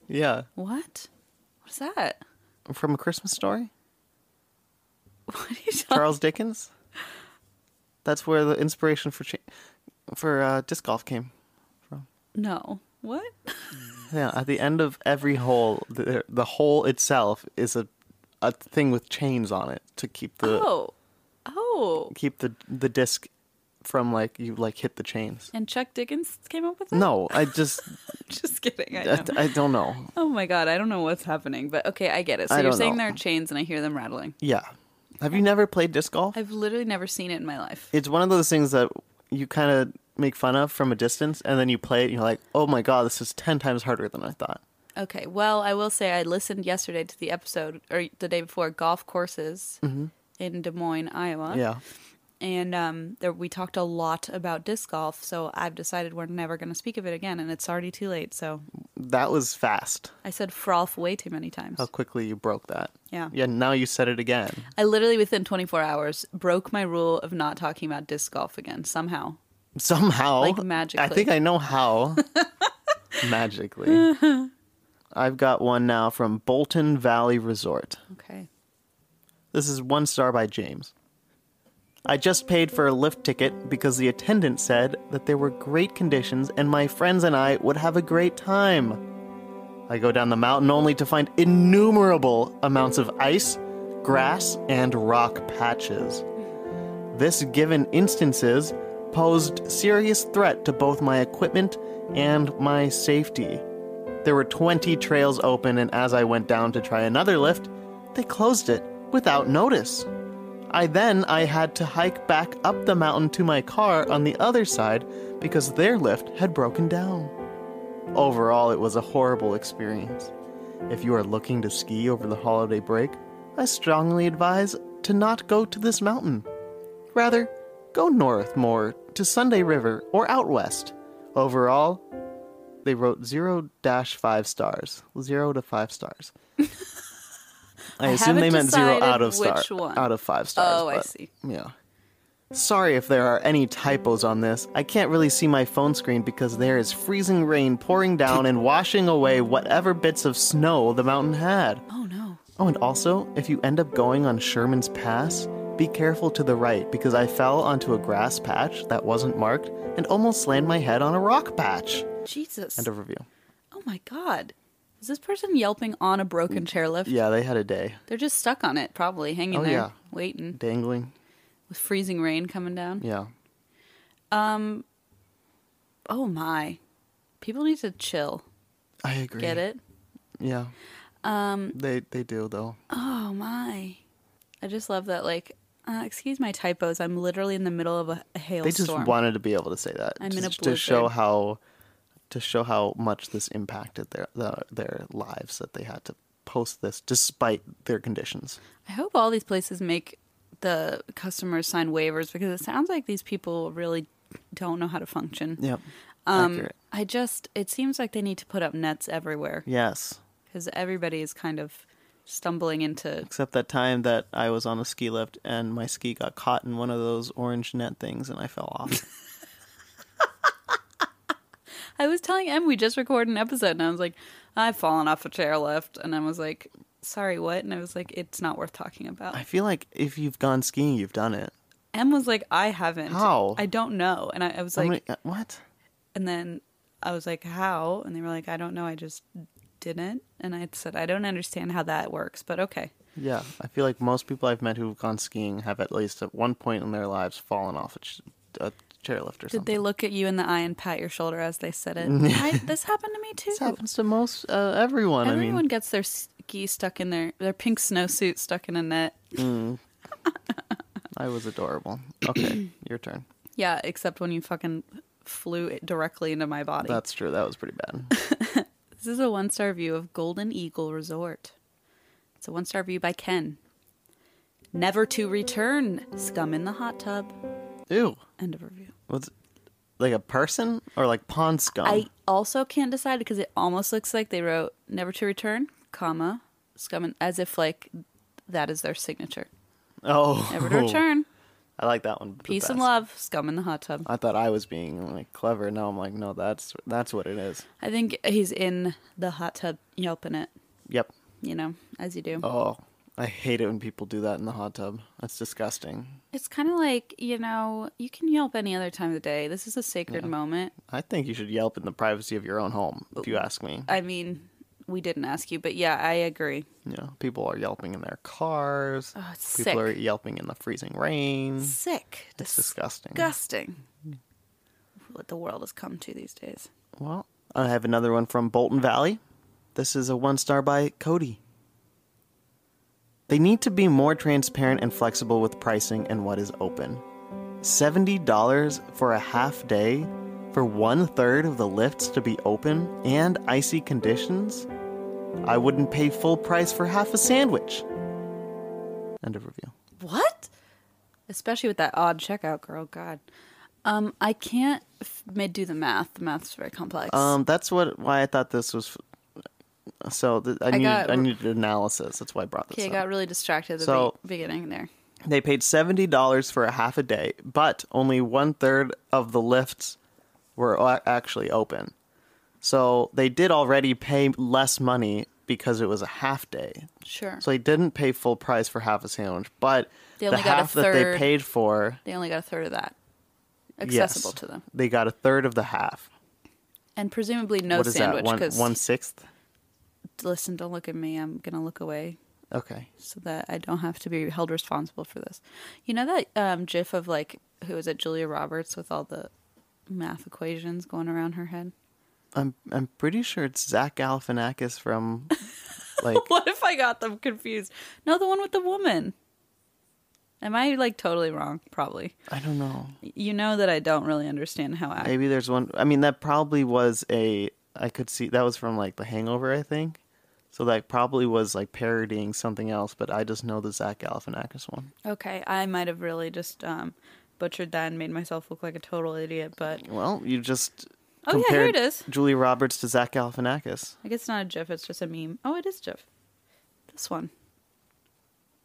[SPEAKER 2] Yeah,
[SPEAKER 1] What? What's that?
[SPEAKER 2] from a Christmas story,
[SPEAKER 1] What are you talking?
[SPEAKER 2] Charles Dickens. That's where the inspiration for cha- for uh, disc golf came.
[SPEAKER 1] No. What?
[SPEAKER 2] Yeah, at the end of every hole, the, the hole itself is a a thing with chains on it to keep the
[SPEAKER 1] Oh. Oh.
[SPEAKER 2] keep the the disc from like you like hit the chains.
[SPEAKER 1] And Chuck Dickens came up with that?
[SPEAKER 2] No, I just
[SPEAKER 1] Just kidding. I
[SPEAKER 2] I,
[SPEAKER 1] know.
[SPEAKER 2] I don't know.
[SPEAKER 1] Oh my god, I don't know what's happening, but okay, I get it. So
[SPEAKER 2] I
[SPEAKER 1] you're
[SPEAKER 2] don't
[SPEAKER 1] saying
[SPEAKER 2] know.
[SPEAKER 1] there are chains and I hear them rattling.
[SPEAKER 2] Yeah, have you never played disc golf?
[SPEAKER 1] I've literally never seen it in my life.
[SPEAKER 2] It's one of those things that you kind of make fun of from a distance, and then you play it, and you're like, oh my god, this is ten times harder than I thought.
[SPEAKER 1] Okay. Well, I will say I listened yesterday to the episode or the day before golf courses in Des Moines, Iowa.
[SPEAKER 2] Mm-hmm. Yeah,
[SPEAKER 1] and um, there, we talked a lot about disc golf. So I've decided we're never going to speak of it again, and it's already too late. So
[SPEAKER 2] that was fast.
[SPEAKER 1] I said frolf way too many times.
[SPEAKER 2] How quickly you broke that.
[SPEAKER 1] Yeah.
[SPEAKER 2] Yeah. Now you said it again.
[SPEAKER 1] I literally within 24 hours broke my rule of not talking about disc golf again somehow.
[SPEAKER 2] Somehow.
[SPEAKER 1] Like
[SPEAKER 2] I
[SPEAKER 1] magically.
[SPEAKER 2] think I know how. magically. I've got one now from Bolton Valley Resort.
[SPEAKER 1] Okay.
[SPEAKER 2] This is one star by James. I just paid for a lift ticket because the attendant said that there were great conditions and my friends and I would have a great time. I go down the mountain only to find innumerable amounts of ice, grass, and rock patches. This given instances posed serious threat to both my equipment and my safety. There were 20 trails open, and as I went down to try another lift, they closed it without notice. I then I had to hike back up the mountain to my car on the other side because their lift had broken down. Overall, it was a horrible experience. If you are looking to ski over the holiday break, I strongly advise to not go to this mountain. Rather, go north more to Sunday River or out west. Overall, they wrote 0 dash 5 stars. 0 to 5 stars. I, assume
[SPEAKER 1] haven't
[SPEAKER 2] they meant 0
[SPEAKER 1] decided
[SPEAKER 2] out of
[SPEAKER 1] which one.
[SPEAKER 2] out of 5 stars.
[SPEAKER 1] Oh, I
[SPEAKER 2] but-
[SPEAKER 1] see.
[SPEAKER 2] Yeah. Sorry if there are any typos on this. I can't really see my phone screen because there is freezing rain pouring down and washing away whatever bits of snow the mountain had.
[SPEAKER 1] Oh no.
[SPEAKER 2] Oh, and also, if you end up going on Sherman's Pass, be careful to the right because I fell onto a grass patch that wasn't marked and almost slammed my head on a rock patch.
[SPEAKER 1] Jesus.
[SPEAKER 2] End of review.
[SPEAKER 1] oh my god. Is this person yelping on a broken chairlift?
[SPEAKER 2] Mm, Yeah, they had a day.
[SPEAKER 1] They're just stuck on it, probably hanging
[SPEAKER 2] Oh,
[SPEAKER 1] there,
[SPEAKER 2] yeah.
[SPEAKER 1] waiting
[SPEAKER 2] Dangling.
[SPEAKER 1] with freezing rain coming down.
[SPEAKER 2] Yeah.
[SPEAKER 1] Oh my. People need to chill.
[SPEAKER 2] I agree.
[SPEAKER 1] Get it?
[SPEAKER 2] Yeah. Um they they do though.
[SPEAKER 1] Oh my. I just love that like uh, excuse my typos. I'm literally in the middle of a, a
[SPEAKER 2] They
[SPEAKER 1] hailstorm.
[SPEAKER 2] just wanted to be able to say that.
[SPEAKER 1] I'm in a
[SPEAKER 2] just to show
[SPEAKER 1] blizzard.
[SPEAKER 2] how to show how much this impacted their their, their lives that they had to post this despite their conditions.
[SPEAKER 1] I hope all these places make the customers sign waivers because it sounds like these people really don't know how to function.
[SPEAKER 2] Yep.
[SPEAKER 1] Um,
[SPEAKER 2] Accurate.
[SPEAKER 1] I just, it seems like they need to put up nets everywhere
[SPEAKER 2] Yes.
[SPEAKER 1] because everybody is kind of stumbling into.
[SPEAKER 2] Except that time that I was on a ski lift and my ski got caught in one of those orange net things and I fell off.
[SPEAKER 1] I was telling Em we just recorded an episode and I was like, I've fallen off a chairlift. And I was like, sorry, what? And I was like, it's not worth talking about.
[SPEAKER 2] I feel like if you've gone skiing, you've done it.
[SPEAKER 1] Em was like, I haven't.
[SPEAKER 2] How?
[SPEAKER 1] I don't know. And I, I was
[SPEAKER 2] How
[SPEAKER 1] like,
[SPEAKER 2] many- uh, what?
[SPEAKER 1] And then I was like, How? And they were like, I don't know. I just didn't. And I said, I don't understand how that works, but okay.
[SPEAKER 2] Yeah, I feel like most people I've met who've gone skiing have at least at one point in their lives fallen off a, ch- a chairlift or
[SPEAKER 1] Did
[SPEAKER 2] something.
[SPEAKER 1] they look at you in the eye and pat your shoulder as they said it? I, this happened to me too.
[SPEAKER 2] This happens to most uh, everyone. I
[SPEAKER 1] Everyone
[SPEAKER 2] mean,
[SPEAKER 1] gets their ski stuck in their, their pink snowsuit stuck in a net.
[SPEAKER 2] I was adorable. Okay, your turn.
[SPEAKER 1] Yeah, except when you fucking flew it directly into my body.
[SPEAKER 2] That's true. That was pretty bad.
[SPEAKER 1] This is a one star view of Golden Eagle Resort. It's a one star view by Ken. Never to return. Scum in the hot tub.
[SPEAKER 2] Ew.
[SPEAKER 1] End of review.
[SPEAKER 2] What's like a person or like pond scum?
[SPEAKER 1] I also can't decide because it almost looks like they wrote "never to return," comma scum, and- as if like that is their signature.
[SPEAKER 2] oh,
[SPEAKER 1] Never to return.
[SPEAKER 2] I like that one. the
[SPEAKER 1] Peace and
[SPEAKER 2] best.
[SPEAKER 1] love. Scum in the hot tub.
[SPEAKER 2] I thought I was being like clever. Now I'm like, no, that's that's what it is.
[SPEAKER 1] I think he's in the hot tub yelping it.
[SPEAKER 2] Yep.
[SPEAKER 1] You know, as you do.
[SPEAKER 2] Oh, I hate it when people do that in the hot tub. That's disgusting.
[SPEAKER 1] It's kind of like you know you can yelp any other time of the day. This is a sacred moment.
[SPEAKER 2] I think you should yelp in the privacy of your own home, if you ask me.
[SPEAKER 1] I mean, we didn't ask you, but yeah, I agree.
[SPEAKER 2] You know, people are yelping in their cars.
[SPEAKER 1] Oh, it's
[SPEAKER 2] people
[SPEAKER 1] sick.
[SPEAKER 2] are yelping in the freezing rain.
[SPEAKER 1] Sick.
[SPEAKER 2] It's disgusting.
[SPEAKER 1] Disgusting. What the world has come to these days.
[SPEAKER 2] Well, I have another one from Bolton Valley. This is a one star by Cody. They need to be more transparent and flexible with pricing and what is open. $70 for a half day for one third of the lifts to be open and icy conditions? I wouldn't pay full price for half a sandwich. End of review.
[SPEAKER 1] What? Especially with that odd checkout girl. God. Um, I can't f- ma- do the math. The math's very complex.
[SPEAKER 2] Um, that's what why I thought this was. f- So th- I, needed,
[SPEAKER 1] got-
[SPEAKER 2] I needed analysis. That's why I brought this
[SPEAKER 1] okay, I
[SPEAKER 2] up.
[SPEAKER 1] got really distracted at the
[SPEAKER 2] So-
[SPEAKER 1] be- beginning there.
[SPEAKER 2] They paid seventy dollars for a half a day, but only one third of the lifts were a- actually open. So they did already pay less money because it was a half day.
[SPEAKER 1] Sure.
[SPEAKER 2] So they didn't pay full price for half a sandwich, but
[SPEAKER 1] They only
[SPEAKER 2] the
[SPEAKER 1] got a
[SPEAKER 2] half that they
[SPEAKER 1] third
[SPEAKER 2] paid for
[SPEAKER 1] they only got a third of that
[SPEAKER 2] yes,
[SPEAKER 1] accessible to them,
[SPEAKER 2] They got a third of the half.
[SPEAKER 1] and presumably no
[SPEAKER 2] what is
[SPEAKER 1] sandwich
[SPEAKER 2] that? One
[SPEAKER 1] because
[SPEAKER 2] one sixth.
[SPEAKER 1] listen, don't look at me. I'm going to look away
[SPEAKER 2] Okay.
[SPEAKER 1] so that I don't have to be held responsible for this. You know that um, gif of like, who was it, Julia Roberts with all the math equations going around her head?
[SPEAKER 2] I'm I'm pretty sure it's Zach Galifianakis from like
[SPEAKER 1] What if I got them confused? No, the one with the woman. Am I like totally wrong? Probably.
[SPEAKER 2] I don't know.
[SPEAKER 1] You know that I don't really understand how act-
[SPEAKER 2] Maybe there's one I mean that probably was a I could see that was from like The Hangover, I think. So that probably was like parodying something else, but I just know the Zach Galifianakis one.
[SPEAKER 1] Okay, I might have really just um, butchered that and made myself look like a total idiot, but
[SPEAKER 2] Well, you just
[SPEAKER 1] Oh, yeah, here it
[SPEAKER 2] compared
[SPEAKER 1] is.
[SPEAKER 2] Julia Roberts to Zach Galifianakis.
[SPEAKER 1] I guess it's not a GIF, it's just a meme. Oh, it is GIF. This one.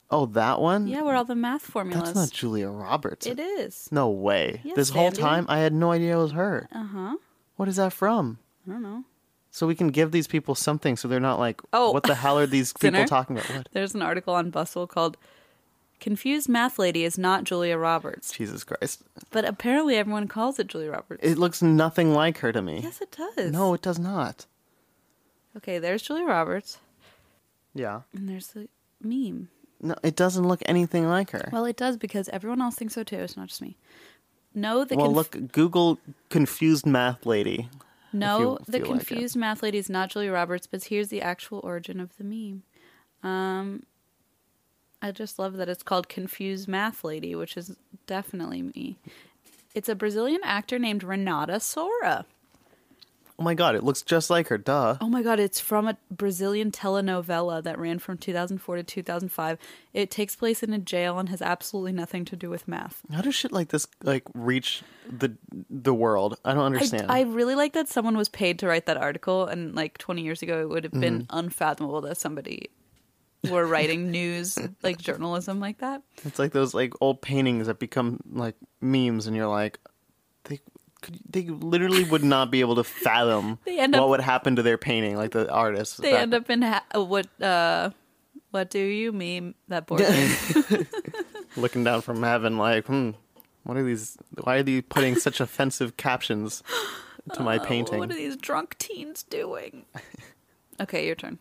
[SPEAKER 2] Oh, that one?
[SPEAKER 1] Yeah, where all the math
[SPEAKER 2] That's
[SPEAKER 1] formulas.
[SPEAKER 2] not Julia Roberts.
[SPEAKER 1] it is.
[SPEAKER 2] No way.
[SPEAKER 1] Yes,
[SPEAKER 2] this whole
[SPEAKER 1] Sandy.
[SPEAKER 2] time I had no idea it was her.
[SPEAKER 1] Uh huh.
[SPEAKER 2] What is that from?
[SPEAKER 1] I don't know.
[SPEAKER 2] So we can give these people something so they're not like,
[SPEAKER 1] Oh.
[SPEAKER 2] what the hell are these people
[SPEAKER 1] Sinner?
[SPEAKER 2] talking about? What?
[SPEAKER 1] There's an article on Bustle called Confused Math Lady is not Julia Roberts,
[SPEAKER 2] Jesus Christ.
[SPEAKER 1] but apparently everyone calls it Julia Roberts.
[SPEAKER 2] It looks nothing like her to me.
[SPEAKER 1] yes, it does.
[SPEAKER 2] No, it does not.
[SPEAKER 1] Okay, there's Julia Roberts,
[SPEAKER 2] Yeah.
[SPEAKER 1] and there's the meme.
[SPEAKER 2] No, it doesn't look anything like her. Well,
[SPEAKER 1] Well, it does because everyone else thinks so too. It's not just me. No, the conf-
[SPEAKER 2] look, Google confused math lady.
[SPEAKER 1] no,
[SPEAKER 2] if
[SPEAKER 1] the
[SPEAKER 2] you like it.
[SPEAKER 1] confused math lady is not Julia Roberts, but here's the actual origin of the meme. Um, I just love that it's called Confused Math Lady, which is definitely me. It's a Brazilian actor named Renata Sora.
[SPEAKER 2] Oh my god, it looks just like her. Duh.
[SPEAKER 1] Oh my god, it's from a Brazilian telenovela that ran from 2004 to 2005. It takes place in a jail and has absolutely nothing to do with math.
[SPEAKER 2] How does shit like this like reach the the world? I don't
[SPEAKER 1] I,
[SPEAKER 2] understand.
[SPEAKER 1] I really like that someone was paid to write that article, and like 20 years ago, it would have been
[SPEAKER 2] Mm-hmm.
[SPEAKER 1] unfathomable that somebody were writing news, like journalism like that.
[SPEAKER 2] It's like those like old paintings that become like memes, and you're like, they could, they literally would not be able to fathom
[SPEAKER 1] They end
[SPEAKER 2] what
[SPEAKER 1] up-
[SPEAKER 2] would happen to their painting, like the artist.
[SPEAKER 1] They
[SPEAKER 2] that-
[SPEAKER 1] end up in ha- what, uh, what do you mean? That board game.
[SPEAKER 2] looking down from heaven, like, hmm, what are these? Why are they putting such offensive captions to my painting?
[SPEAKER 1] Uh, What are these drunk teens doing? okay, your turn.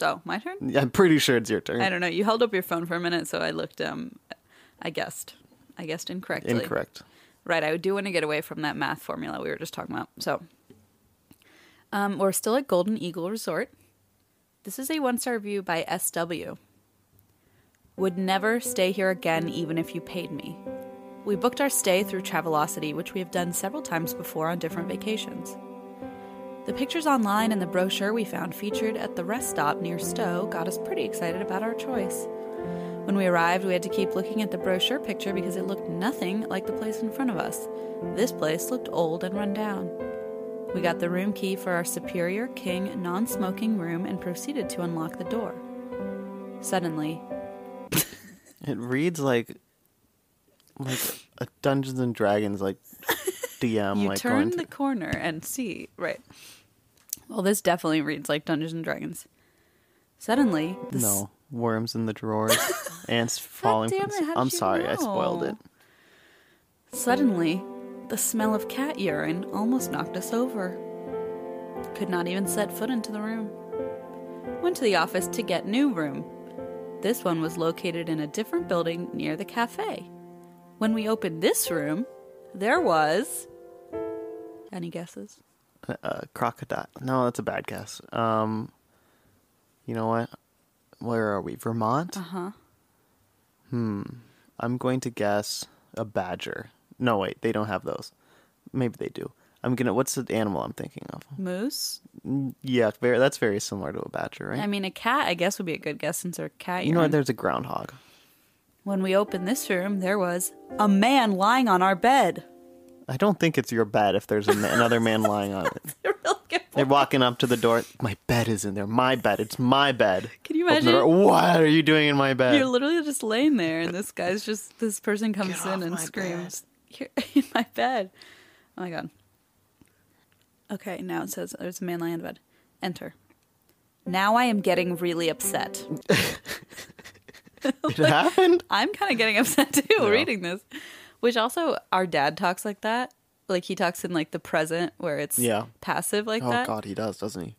[SPEAKER 1] Oh, my turn?
[SPEAKER 2] Yeah, I'm pretty sure it's your turn.
[SPEAKER 1] I don't know. You held up your phone for a minute, so I looked. Um, I guessed. I guessed incorrectly.
[SPEAKER 2] Incorrect.
[SPEAKER 1] Right. I do want to get away from that math formula we were just talking about. So, um, we're still at Golden Eagle Resort. This is a one-star review by SW. Would never stay here again, even if you paid me. We booked our stay through Travelocity, which we have done several times before on different vacations. The pictures online and the brochure we found featured at the rest stop near Stowe got us pretty excited about our choice. When we arrived, we had to keep looking at the brochure picture because it looked nothing like the place in front of us. This place looked old and run down. We got the room key for our Superior King non smoking room and proceeded to unlock the door. Suddenly,
[SPEAKER 2] It reads like like a Dungeons and Dragons like DM
[SPEAKER 1] you
[SPEAKER 2] like
[SPEAKER 1] turn
[SPEAKER 2] going
[SPEAKER 1] the
[SPEAKER 2] to-
[SPEAKER 1] corner and see. Right. Well, this definitely reads like Dungeons and Dragons. Suddenly, the s-
[SPEAKER 2] No, worms in the drawers, ants falling.
[SPEAKER 1] damn
[SPEAKER 2] From
[SPEAKER 1] it, how did
[SPEAKER 2] I'm
[SPEAKER 1] you
[SPEAKER 2] sorry, I spoiled
[SPEAKER 1] know?
[SPEAKER 2] it.
[SPEAKER 1] Suddenly, the smell of cat urine almost knocked us over. Could not even set foot into the room. Went to the office to get new room. This one was located in a different building near the cafe. When we opened this room, there was. Any guesses?
[SPEAKER 2] uh, crocodile. No, that's a bad guess. Um, you know what? Where are we? Vermont. Uh huh.
[SPEAKER 1] Uh-huh.
[SPEAKER 2] Hmm. I'm going to guess a badger. No, wait, they don't have those. Maybe they do. I'm gonna. What's the animal I'm thinking of?
[SPEAKER 1] Moose?
[SPEAKER 2] Yeah, very. That's very similar to a badger, right?
[SPEAKER 1] I mean, a cat, I guess, would be a good guess since they're cat
[SPEAKER 2] you know
[SPEAKER 1] urine.
[SPEAKER 2] what? There's a groundhog.
[SPEAKER 1] when we opened this room, there was a man lying on our bed.
[SPEAKER 2] I don't think it's your bed if there's a ma- another man lying on it.
[SPEAKER 1] They're really good
[SPEAKER 2] They're walking up to the door. My bed is in there. My bed. It's my bed.
[SPEAKER 1] Can you
[SPEAKER 2] Open the
[SPEAKER 1] imagine?
[SPEAKER 2] door. What are you doing in my bed?
[SPEAKER 1] You're literally just laying there, and this guy's just this person comes
[SPEAKER 2] Get
[SPEAKER 1] in
[SPEAKER 2] off
[SPEAKER 1] and
[SPEAKER 2] my
[SPEAKER 1] screams, "You're in my bed!" Oh my god. Okay, now it says there's a man lying in bed. Enter. Now I am getting really upset.
[SPEAKER 2] it happened.
[SPEAKER 1] I'm kind of getting upset too
[SPEAKER 2] Yeah.
[SPEAKER 1] reading this, which also our dad talks like that. Like he talks in like the present where it's
[SPEAKER 2] Yeah.
[SPEAKER 1] passive like
[SPEAKER 2] Oh
[SPEAKER 1] that.
[SPEAKER 2] God, he does, doesn't he?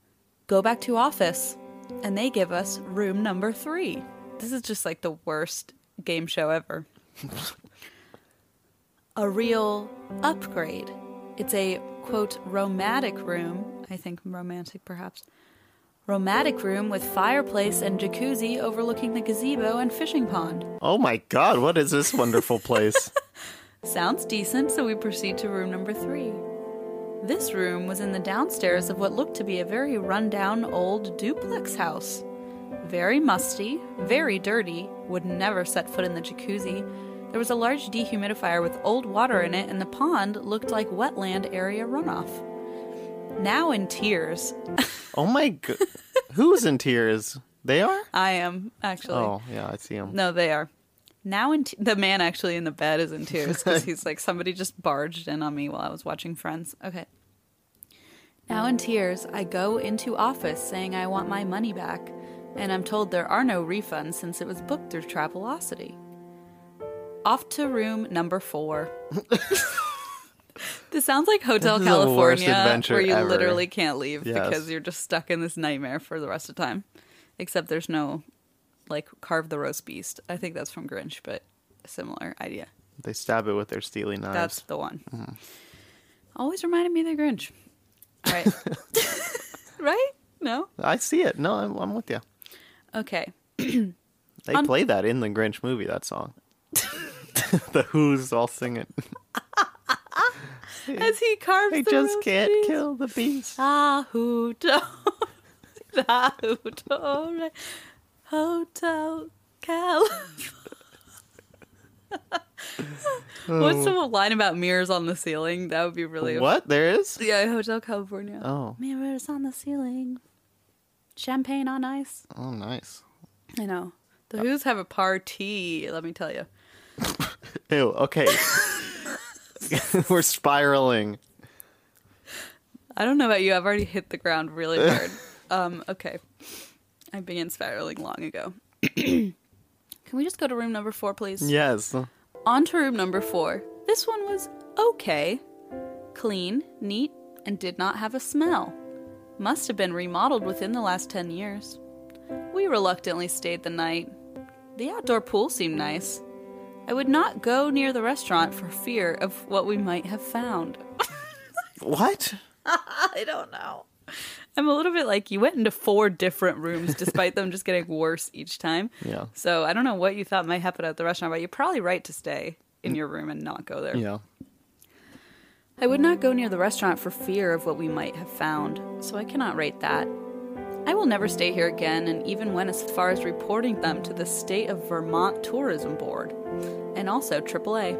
[SPEAKER 1] Go back to office. and they give us room number three. This is just like the worst game show ever. a real upgrade. It's a quote romantic room. I think romantic perhaps. Romantic room with fireplace and jacuzzi overlooking the gazebo and fishing pond.
[SPEAKER 2] Oh my god, what is this wonderful place?
[SPEAKER 1] Sounds decent, so we proceed to room number three. This room was in the downstairs of what looked to be a very rundown old duplex house. Very musty, very dirty, would never set foot in the jacuzzi. There was a large dehumidifier with old water in it, and the pond looked like wetland area runoff. Now in tears.
[SPEAKER 2] oh my god. Who's in tears? They are?
[SPEAKER 1] I am, actually.
[SPEAKER 2] Oh, yeah, I see them.
[SPEAKER 1] No, they are. Now in t- the man actually in the bed is in tears because he's like somebody just barged in on me while I was watching Friends. Okay. Now in tears, I go into office saying I want my money back, and I'm told there are no refunds since it was booked through Travelocity. Off to room number four. this sounds like Hotel
[SPEAKER 2] This is the worst
[SPEAKER 1] California,
[SPEAKER 2] adventure
[SPEAKER 1] where you
[SPEAKER 2] ever.
[SPEAKER 1] literally can't leave
[SPEAKER 2] Yes.
[SPEAKER 1] because you're just stuck in this nightmare for the rest of the time. Except there's no like carve the roast beast. I think that's from Grinch, but similar idea.
[SPEAKER 2] They stab it with their steely knives.
[SPEAKER 1] That's the one.
[SPEAKER 2] Uh-huh.
[SPEAKER 1] Always reminded me of the Grinch. All right. right? No?
[SPEAKER 2] I see it. No, I'm, I'm with you.
[SPEAKER 1] Okay.
[SPEAKER 2] They play that in the Grinch movie, that song. the Who's all sing it.
[SPEAKER 1] As he carves
[SPEAKER 2] They
[SPEAKER 1] the
[SPEAKER 2] just
[SPEAKER 1] roast
[SPEAKER 2] can't
[SPEAKER 1] beef.
[SPEAKER 2] kill the beast.
[SPEAKER 1] Tahuto. Tahutore. Hotel Cal. What's the line about mirrors on the ceiling? That would be really
[SPEAKER 2] Oh. What? There is?
[SPEAKER 1] Yeah, Hotel California.
[SPEAKER 2] Oh.
[SPEAKER 1] Mirrors on the ceiling. Champagne on ice.
[SPEAKER 2] Oh, nice.
[SPEAKER 1] I know. The Who's have a party, let me tell you.
[SPEAKER 2] Ew, okay. We're spiraling.
[SPEAKER 1] I don't know about you, I've already hit the ground really hard. um, okay. I began spiraling long ago. Can we just go to room number four, please?
[SPEAKER 2] Yes.
[SPEAKER 1] On to room number four. This one was okay. Clean, neat, and did not have a smell. Must have been remodeled within the last 10 years. We reluctantly stayed the night. The outdoor pool seemed nice. I would not go near the restaurant for fear of what we might have found.
[SPEAKER 2] What?
[SPEAKER 1] I don't know. I'm a little bit like you went into four different rooms despite them just getting worse each time.
[SPEAKER 2] Yeah.
[SPEAKER 1] So I don't know what you thought might happen at the restaurant, but you're probably right to stay in your room and not go there.
[SPEAKER 2] Yeah.
[SPEAKER 1] I would not go near the restaurant for fear of what we might have found, so I cannot rate that. I will never stay here again and even went as far as reporting them to the State of Vermont Tourism Board and also AAA.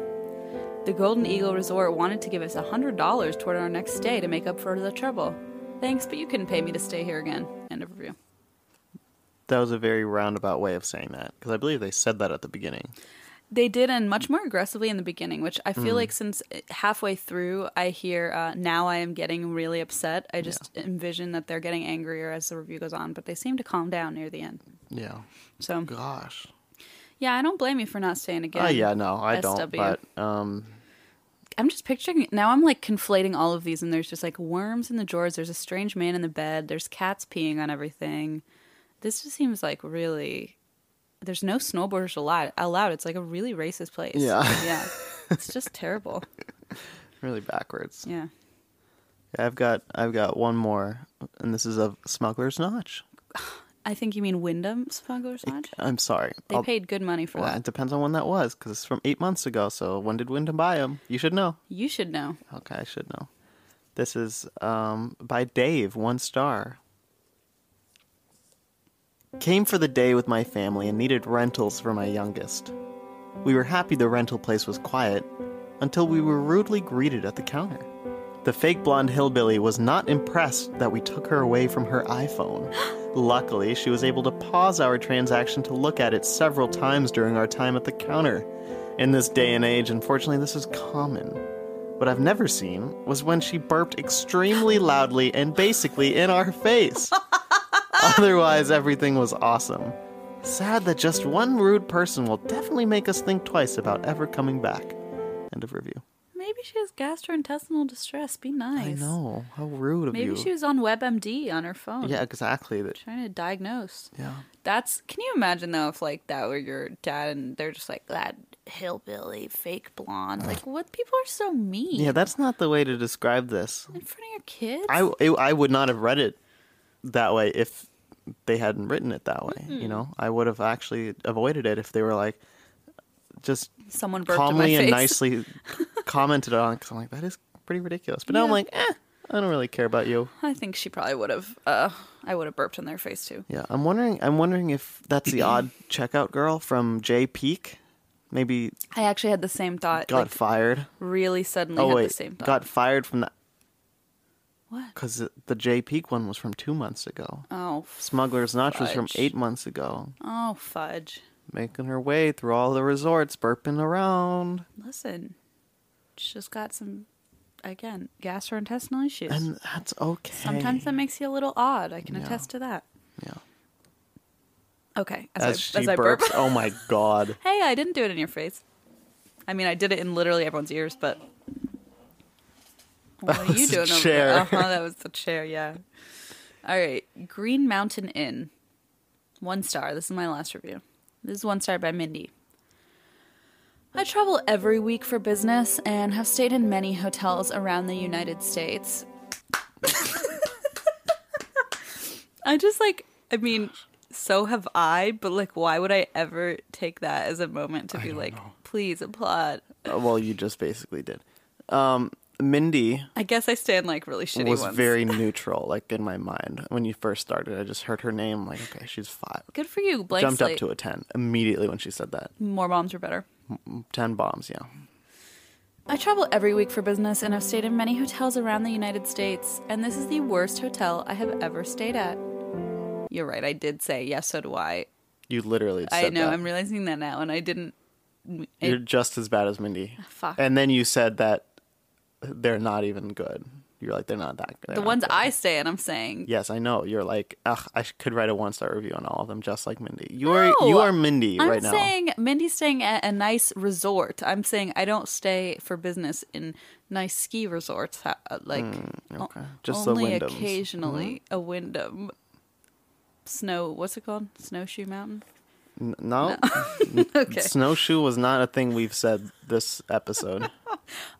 [SPEAKER 1] The Golden Eagle Resort wanted to give us $100 toward our next stay to make up for the trouble. Thanks, but you couldn't pay me to stay here again. End of review.
[SPEAKER 2] That was a very roundabout way of saying that because I believe they said that at the beginning.
[SPEAKER 1] They did, and much more aggressively in the beginning, which I
[SPEAKER 2] Hmm.
[SPEAKER 1] feel like since eh, halfway through, I hear uh, now I am getting really upset. I just envision that they're getting angrier as the review goes on, but they seem to calm down near the end.
[SPEAKER 2] Yeah.
[SPEAKER 1] So,
[SPEAKER 2] Gosh.
[SPEAKER 1] yeah, I don't blame you for not staying again.
[SPEAKER 2] Oh yeah, no, I don't.
[SPEAKER 1] SW.
[SPEAKER 2] But um,
[SPEAKER 1] I'm just picturing now. I'm like conflating all of these, and there's just like worms in the drawers. There's a strange man in the bed. There's cats peeing on everything. This just seems like really. There's no snowboarders allowed. Allowed. It's like a really racist place.
[SPEAKER 2] Yeah.
[SPEAKER 1] yeah. It's just terrible.
[SPEAKER 2] really backwards.
[SPEAKER 1] Yeah.
[SPEAKER 2] I've got I've got one more, and this is of Smuggler's Notch.
[SPEAKER 1] I think you mean Wyndham Smugglers Lodge.
[SPEAKER 2] I'm sorry.
[SPEAKER 1] They
[SPEAKER 2] I'll-
[SPEAKER 1] paid good money for
[SPEAKER 2] Oh, Well,
[SPEAKER 1] that.
[SPEAKER 2] it depends on when that was because it's from eight months ago. So when did Wyndham buy them? You should know.
[SPEAKER 1] You should know.
[SPEAKER 2] Okay, I should know. This is um, by Dave, one star. Came for the day with my family and needed rentals for my youngest. We were happy the rental place was quiet until we were rudely greeted at the counter. The fake blonde hillbilly was not impressed that we took her away from her iPhone. Luckily, she was able to pause our transaction to look at it several times during our time at the counter. In this day and age, unfortunately, this is common. What I've never seen was when she burped extremely loudly and basically in our face. Otherwise, everything was awesome. Sad that just one rude person will definitely make us think twice about ever coming back. End of review.
[SPEAKER 1] Maybe she has gastrointestinal distress. Be nice.
[SPEAKER 2] I know. How rude of
[SPEAKER 1] Maybe
[SPEAKER 2] you.
[SPEAKER 1] she was on WebMD on her phone.
[SPEAKER 2] yeah, exactly. That.
[SPEAKER 1] Trying to diagnose.
[SPEAKER 2] Yeah.
[SPEAKER 1] That's. Can you imagine though if like that were your dad and they're just like that hillbilly fake blonde. Like what? People are so mean.
[SPEAKER 2] Yeah, that's not the way to describe this.
[SPEAKER 1] in front of your kids.
[SPEAKER 2] I it, I would not have read it that way if they hadn't written it that way. You know, I would have actually avoided it if they were like just
[SPEAKER 1] Someone burped
[SPEAKER 2] calmly
[SPEAKER 1] in my face.
[SPEAKER 2] and nicely commented on. Because I'm like, that is pretty ridiculous. But now I'm
[SPEAKER 1] Yeah.
[SPEAKER 2] like, eh, I don't really care about you.
[SPEAKER 1] I think she probably would have. Uh, I would have burped in their face too.
[SPEAKER 2] Yeah, I'm wondering. I'm wondering if that's the odd checkout girl from J Peak. Maybe
[SPEAKER 1] I actually had the same thought.
[SPEAKER 2] got
[SPEAKER 1] like,
[SPEAKER 2] fired.
[SPEAKER 1] really suddenly
[SPEAKER 2] Oh
[SPEAKER 1] had
[SPEAKER 2] wait,
[SPEAKER 1] the same thought.
[SPEAKER 2] got fired from that
[SPEAKER 1] what?
[SPEAKER 2] because the J Peak one was from two months ago.
[SPEAKER 1] Oh, f-
[SPEAKER 2] Smuggler's Notch was from
[SPEAKER 1] Fudge.
[SPEAKER 2] eight months ago.
[SPEAKER 1] oh, fudge.
[SPEAKER 2] Making her way through all the resorts, burping around,
[SPEAKER 1] Listen, she's just got some, again, gastrointestinal issues.
[SPEAKER 2] and that's okay.
[SPEAKER 1] Sometimes that makes you a little odd. I can
[SPEAKER 2] Yeah.
[SPEAKER 1] attest to that.
[SPEAKER 2] yeah.
[SPEAKER 1] Okay, as,
[SPEAKER 2] As,
[SPEAKER 1] I,
[SPEAKER 2] she
[SPEAKER 1] as I burp.
[SPEAKER 2] burps, oh my god.
[SPEAKER 1] hey, I didn't do it in your face. I mean, I did it in literally everyone's ears, but. What are you
[SPEAKER 2] was the
[SPEAKER 1] doing over
[SPEAKER 2] chair.
[SPEAKER 1] there? Uh-huh, that was the chair, yeah. All right, Green Mountain Inn. One star. This is my last review. This is one star by Mindy. I travel every week for business and have stayed in many hotels around the United States. I just like, I mean, so have I, but like, why would I ever take that as a moment to be like, please applaud?
[SPEAKER 2] Uh, well, you just basically did. Um, Mindy
[SPEAKER 1] I guess I stand like really shitty
[SPEAKER 2] was
[SPEAKER 1] ones.
[SPEAKER 2] very neutral, like in my mind when you first started. I just heard her name, like okay, she's five.
[SPEAKER 1] Good for you, blank
[SPEAKER 2] Jumped up
[SPEAKER 1] slate.
[SPEAKER 2] to a ten immediately when she said that.
[SPEAKER 1] More moms are better.
[SPEAKER 2] Ten bombs, yeah.
[SPEAKER 1] I travel every week for business and have stayed in many hotels around the United States, and this is the worst hotel I have ever stayed at. You're right, I did say, yes, so do I.
[SPEAKER 2] You literally. Said
[SPEAKER 1] I know,
[SPEAKER 2] that.
[SPEAKER 1] I'm realizing that now, and I didn't. I-
[SPEAKER 2] You're just as bad as Mindy.
[SPEAKER 1] Ah, Fuck.
[SPEAKER 2] And then you said that they're not even good. You're like they're not that good.
[SPEAKER 1] the ones I stay in, I'm saying.
[SPEAKER 2] Yes, I know. You're like, ugh, I sh- could write a one star review on all of them, just like Mindy. You are
[SPEAKER 1] No!
[SPEAKER 2] you are Mindy
[SPEAKER 1] I'm
[SPEAKER 2] right
[SPEAKER 1] saying Mindy's staying at a nice resort. I'm saying I don't stay for business in nice ski resorts, ha- uh, like
[SPEAKER 2] now.
[SPEAKER 1] o-
[SPEAKER 2] Hmm, Okay, just the Hmm?
[SPEAKER 1] only
[SPEAKER 2] Wyndhams.
[SPEAKER 1] occasionally a Wyndham snow. What's it called? Snowshoe Mountain.
[SPEAKER 2] N- no,
[SPEAKER 1] okay.
[SPEAKER 2] snowshoe was not a thing we've said this episode.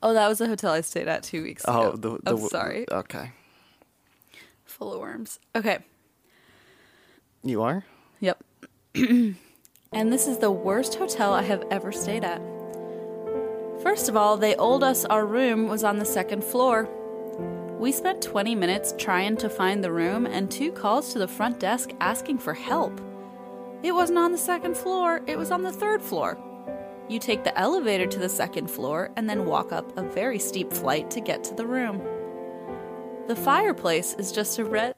[SPEAKER 1] Oh, that was a hotel I stayed at two weeks
[SPEAKER 2] Oh,
[SPEAKER 1] ago.
[SPEAKER 2] the, uh the
[SPEAKER 1] I'm sorry.
[SPEAKER 2] Okay,
[SPEAKER 1] Full of worms. Okay.
[SPEAKER 2] you are.
[SPEAKER 1] Yep. and this is the worst hotel I have ever stayed at. First of all, they told us our room was on the second floor. We spent 20 minutes trying to find the room and two calls to the front desk asking for help. It wasn't on the second floor, it was on the third floor. You take the elevator to the second floor and then walk up a very steep flight to get to the room. The fireplace is just a red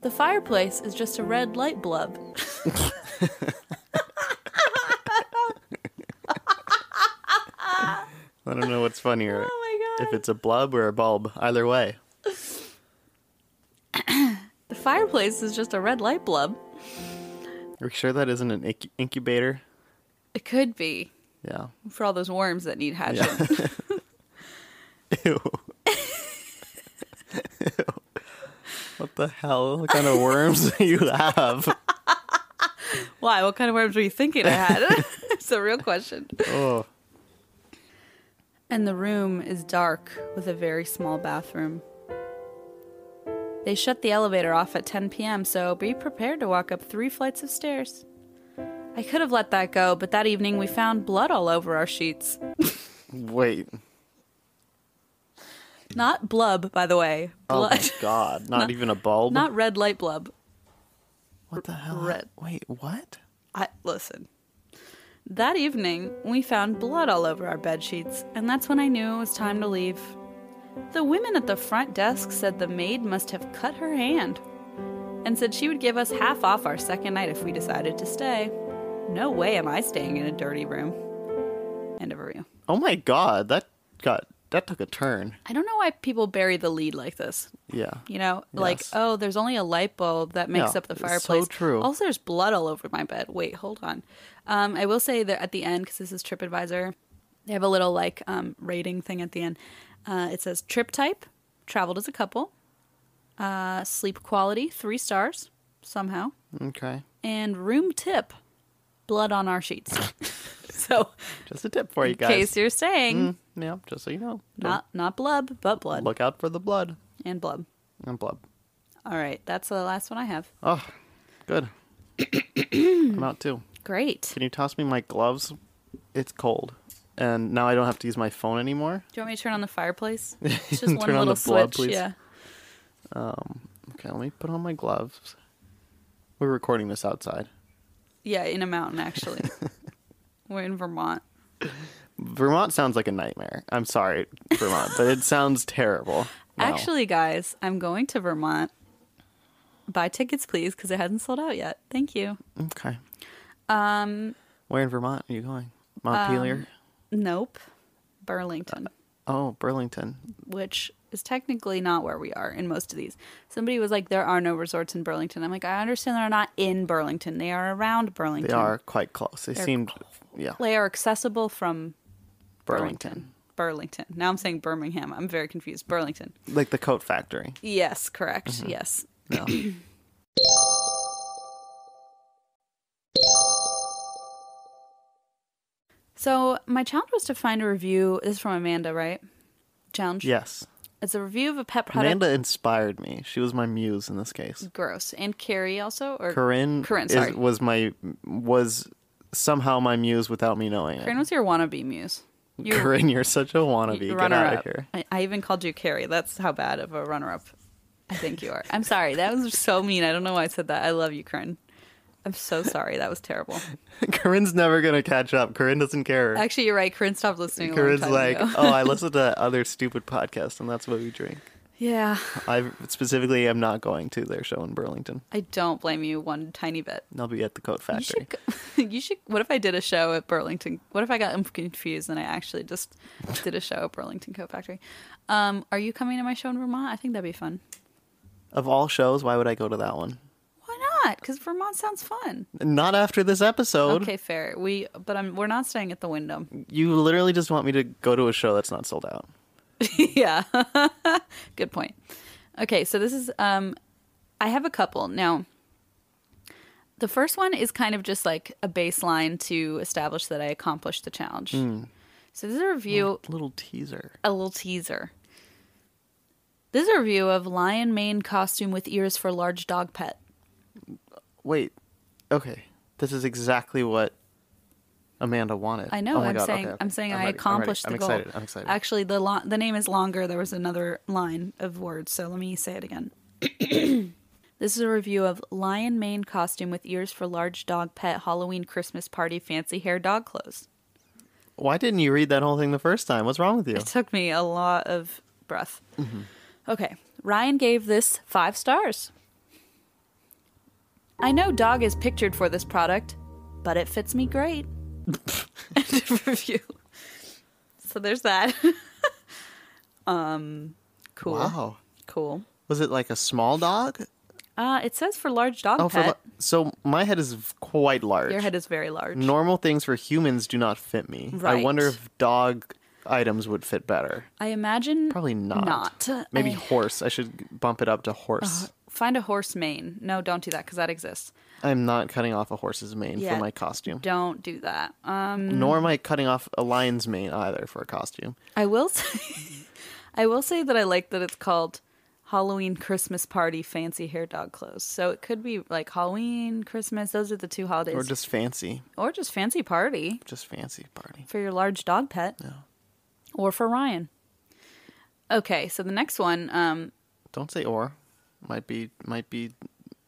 [SPEAKER 1] the fireplace is just a red light blub.
[SPEAKER 2] I don't know what's funnier,
[SPEAKER 1] Oh my
[SPEAKER 2] if it's a blub or a bulb. Either way,
[SPEAKER 1] The fireplace is just a red light blub.
[SPEAKER 2] are you sure that isn't an inc- incubator?
[SPEAKER 1] It could be
[SPEAKER 2] Yeah.
[SPEAKER 1] for all those worms that need hatching.
[SPEAKER 2] Yeah. Ew. Ew. What the hell What kind of worms do you have?
[SPEAKER 1] Why? What kind of worms were you thinking I had? it's a real question.
[SPEAKER 2] Oh.
[SPEAKER 1] And the room is dark with a very small bathroom. They shut the elevator off at 10 p.m., so be prepared to walk up three flights of stairs. I could have let that go, but that evening we found blood all over our sheets.
[SPEAKER 2] Wait.
[SPEAKER 1] Not blub, by the way.
[SPEAKER 2] Oh
[SPEAKER 1] Blood.
[SPEAKER 2] my god. Not, even a bulb?
[SPEAKER 1] Not red light blub.
[SPEAKER 2] what the hell?
[SPEAKER 1] red.
[SPEAKER 2] Wait, what?
[SPEAKER 1] I listen. That evening, we found blood all over our bed sheets, and that's when I knew it was time to leave. The women at the front desk said the maid must have cut her hand and said she would give us half off our second night if we decided to stay. No way am I staying in a dirty room. End of review.
[SPEAKER 2] Oh my god. That got that took a turn.
[SPEAKER 1] I don't know why people bury the lead like this.
[SPEAKER 2] Yeah.
[SPEAKER 1] You know, like,
[SPEAKER 2] Yes.
[SPEAKER 1] oh, there's only a light bulb that makes
[SPEAKER 2] Yeah,
[SPEAKER 1] up the
[SPEAKER 2] it's so
[SPEAKER 1] fireplace.
[SPEAKER 2] true.
[SPEAKER 1] Also, there's blood all over my bed. Wait, hold on. Um, I will say that at the end, because this is TripAdvisor, They have a little like um, rating thing at the end. Uh, it says trip type, traveled as a couple, uh, sleep quality, three stars somehow,
[SPEAKER 2] Okay.
[SPEAKER 1] and room tip, blood on our sheets. so,
[SPEAKER 2] Just a tip for you
[SPEAKER 1] in
[SPEAKER 2] guys.
[SPEAKER 1] case you're saying
[SPEAKER 2] Mm, yeah, just so you know. Don't
[SPEAKER 1] not not blub, but blood
[SPEAKER 2] Look out for the blood.
[SPEAKER 1] and blub.
[SPEAKER 2] And blood.
[SPEAKER 1] All right, that's the last one I have.
[SPEAKER 2] Oh, good. I'm out too.
[SPEAKER 1] Great.
[SPEAKER 2] Can you toss me my gloves? It's cold. And now I don't have to use my phone anymore.
[SPEAKER 1] Do you want me to turn on the fireplace? It's just one
[SPEAKER 2] Turn on
[SPEAKER 1] little
[SPEAKER 2] the blub,
[SPEAKER 1] switch.
[SPEAKER 2] please.
[SPEAKER 1] Yeah.
[SPEAKER 2] Okay, let me put on my gloves. We're recording this outside.
[SPEAKER 1] Yeah, in a mountain actually. We're in Vermont.
[SPEAKER 2] Vermont sounds like a nightmare. I'm sorry, Vermont, but it sounds terrible. now.
[SPEAKER 1] Actually, guys, I'm going to Vermont. Buy tickets, please, because it hasn't sold out yet. Thank you.
[SPEAKER 2] Okay. Um.
[SPEAKER 1] Um,
[SPEAKER 2] Where in Vermont are you going? Montpelier.
[SPEAKER 1] Nope. Burlington,
[SPEAKER 2] oh, Burlington.
[SPEAKER 1] which is technically not where we are in most of these. Somebody was like, there are no resorts in Burlington. I'm like, I understand they're not in Burlington. They are around
[SPEAKER 2] They
[SPEAKER 1] Burlington.
[SPEAKER 2] are quite close. They seemed. Yeah.
[SPEAKER 1] They are accessible from
[SPEAKER 2] Burlington.
[SPEAKER 1] Burlington. Burlington. Now I'm saying Birmingham. I'm very confused. Burlington.
[SPEAKER 2] Like the coat factory.
[SPEAKER 1] Yes, correct.
[SPEAKER 2] Mm-hmm.
[SPEAKER 1] Yes.
[SPEAKER 2] No.
[SPEAKER 1] So my challenge was to find a review. This is from Amanda, right? Challenge.
[SPEAKER 2] yes.
[SPEAKER 1] It's a review of a pet product.
[SPEAKER 2] Amanda inspired me. She was my muse in this case.
[SPEAKER 1] Gross. And Carrie also, or
[SPEAKER 2] Corinne,
[SPEAKER 1] Corinne,
[SPEAKER 2] is-
[SPEAKER 1] sorry.
[SPEAKER 2] was my was somehow my muse without me knowing it.
[SPEAKER 1] Corinne was your wannabe muse. You-
[SPEAKER 2] Corinne, you're such a wannabe. Get
[SPEAKER 1] runner
[SPEAKER 2] out
[SPEAKER 1] up.
[SPEAKER 2] of here.
[SPEAKER 1] I, I even called you Carrie. That's how bad of a runner up I think you are. I'm sorry. That was so mean. I don't know why I said that. I love you, Corinne. I'm so sorry. That was terrible.
[SPEAKER 2] Corinne's never gonna catch up. Corinne doesn't care.
[SPEAKER 1] Actually, you're right. Corinne stopped listening. A
[SPEAKER 2] Corinne's
[SPEAKER 1] long time
[SPEAKER 2] like,
[SPEAKER 1] ago.
[SPEAKER 2] oh, I listen to other stupid podcasts, and that's what we drink.
[SPEAKER 1] yeah.
[SPEAKER 2] I specifically am not going to their show in Burlington.
[SPEAKER 1] I don't blame you one tiny bit.
[SPEAKER 2] I'll be at the Coat
[SPEAKER 1] You
[SPEAKER 2] Factory.
[SPEAKER 1] should. go- You should. What if I did a show at Burlington? What if I got confused and I actually just did a show at Burlington Coat Factory? Um, are you coming to my show in Vermont? I think that'd be fun.
[SPEAKER 2] Of all shows, why would I go to that one?
[SPEAKER 1] Why not? Because Vermont sounds fun.
[SPEAKER 2] Not after this episode.
[SPEAKER 1] Okay, fair. We, but I'm. We're not staying at the Wyndham.
[SPEAKER 2] You literally just want me to go to a show that's not sold out.
[SPEAKER 1] yeah. Good point. Okay, so this is. Um, I have a couple now. The first one is kind of just like a baseline to establish that I accomplished the challenge. So this is a review.
[SPEAKER 2] Little teaser.
[SPEAKER 1] a little teaser. This is a review of lion mane costume with ears for large dog pet.
[SPEAKER 2] Wait. Okay. This is exactly what Amanda wanted.
[SPEAKER 1] I know.
[SPEAKER 2] Oh my
[SPEAKER 1] I'm,
[SPEAKER 2] God,
[SPEAKER 1] saying,
[SPEAKER 2] okay, okay.
[SPEAKER 1] I'm saying. i
[SPEAKER 2] ready,
[SPEAKER 1] accomplished
[SPEAKER 2] I'm
[SPEAKER 1] the goal.
[SPEAKER 2] ready. I'm excited. I'm excited.
[SPEAKER 1] Actually, the lo- the name is longer. There was another line of words, so let me say it again. this is a review of lion mane costume with ears for large dog pet Halloween Christmas party fancy hair dog clothes.
[SPEAKER 2] Why didn't you read that whole thing the first time? What's wrong with you?
[SPEAKER 1] It took me a lot of breath.
[SPEAKER 2] Mm-hmm.
[SPEAKER 1] Okay. Ryan gave this five stars. I know dog is pictured for this product, but it fits me great. End of review. So there's that. um, cool.
[SPEAKER 2] Wow.
[SPEAKER 1] Cool.
[SPEAKER 2] Was it like a small dog?
[SPEAKER 1] Uh, it says for large dog
[SPEAKER 2] Oh, for
[SPEAKER 1] pet.
[SPEAKER 2] li- so my head is quite large.
[SPEAKER 1] Your head is very large.
[SPEAKER 2] Normal things for humans do not fit me. I wonder
[SPEAKER 1] Right.
[SPEAKER 2] if dog items would fit better.
[SPEAKER 1] I imagine
[SPEAKER 2] Probably not.
[SPEAKER 1] Not Eh. Uh,
[SPEAKER 2] Maybe
[SPEAKER 1] I-
[SPEAKER 2] horse. I should bump it up to horse.
[SPEAKER 1] find a horse mane. No, don't do that because that exists.
[SPEAKER 2] I'm not cutting off a horse's mane
[SPEAKER 1] Yeah.
[SPEAKER 2] for my costume.
[SPEAKER 1] Don't do that. Um,
[SPEAKER 2] Nor am I cutting off a lion's mane either for a costume.
[SPEAKER 1] I will say, I will say that I like that it's called Halloween Christmas party fancy hair dog clothes. So it could be like Halloween, Christmas. Those are the two holidays,
[SPEAKER 2] Or just fancy.
[SPEAKER 1] or just fancy party
[SPEAKER 2] Just fancy party.
[SPEAKER 1] for your large dog pet, or for Ryan. Okay, so the next one, um,
[SPEAKER 2] Don't say or. Might be might be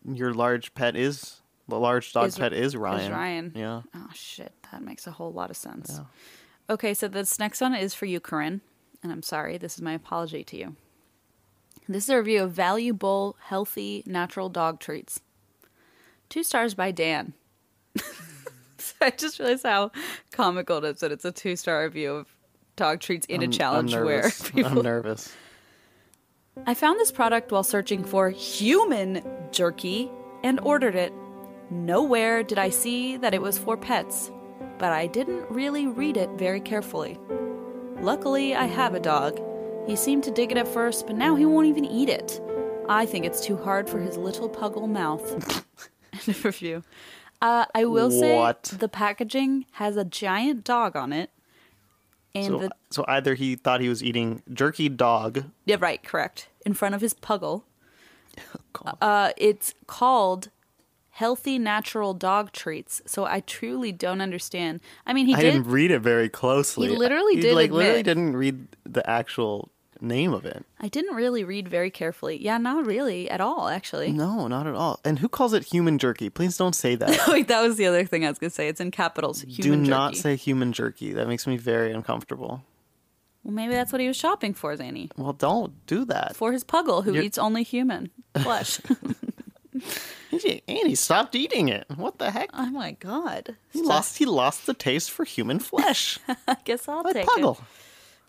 [SPEAKER 2] your large pet is the large dog
[SPEAKER 1] Is-
[SPEAKER 2] pet is Ryan.
[SPEAKER 1] Ryan.
[SPEAKER 2] Yeah.
[SPEAKER 1] Oh shit, that makes a whole lot of sense. Okay, so this next one is for you, Corinne, and I'm sorry. This is my apology to you. This is a review of valuable, healthy, natural dog treats. Two stars by Dan. So I just realized how comical it is that it's a two star review of dog treats in a challenge
[SPEAKER 2] I'm
[SPEAKER 1] where
[SPEAKER 2] nervous.
[SPEAKER 1] people
[SPEAKER 2] I'm nervous.
[SPEAKER 1] I found this product while searching for human jerky and ordered it. Nowhere did I see that it was for pets. but I didn't really read it very carefully. Luckily, I have a dog. He seemed to dig it at first, but now he won't even eat it. I think it's too hard for his little puggle mouth. End of review. Uh, I will
[SPEAKER 2] What?
[SPEAKER 1] say the packaging has a giant dog on it, and
[SPEAKER 2] So,
[SPEAKER 1] the
[SPEAKER 2] so either he thought he was eating jerky dog.
[SPEAKER 1] yeah, right, correct, in front of his puggle.
[SPEAKER 2] God.
[SPEAKER 1] Uh, it's called Healthy Natural Dog Treats. So I truly don't understand. I mean, he
[SPEAKER 2] I
[SPEAKER 1] did.
[SPEAKER 2] didn't read it very closely.
[SPEAKER 1] He literally
[SPEAKER 2] he,
[SPEAKER 1] did
[SPEAKER 2] Like literally
[SPEAKER 1] admit-
[SPEAKER 2] didn't read the actual name of it.
[SPEAKER 1] I didn't really read very carefully. Yeah, not really at all, actually.
[SPEAKER 2] No, not at all. And who calls it human jerky? Please don't say that.
[SPEAKER 1] Like that was the other thing I was gonna say. It's in capitals.
[SPEAKER 2] Do
[SPEAKER 1] Human
[SPEAKER 2] not
[SPEAKER 1] jerky.
[SPEAKER 2] say human jerky. That makes me very uncomfortable.
[SPEAKER 1] Well, maybe that's what he was shopping for, Zany,
[SPEAKER 2] Well, don't do that.
[SPEAKER 1] for his puggle who
[SPEAKER 2] You're-
[SPEAKER 1] eats only human flesh.
[SPEAKER 2] Andy Andy stopped eating it. What the heck?
[SPEAKER 1] oh my god!
[SPEAKER 2] He lost. He lost the taste for human flesh.
[SPEAKER 1] I guess I'll
[SPEAKER 2] Like
[SPEAKER 1] take
[SPEAKER 2] Puggle.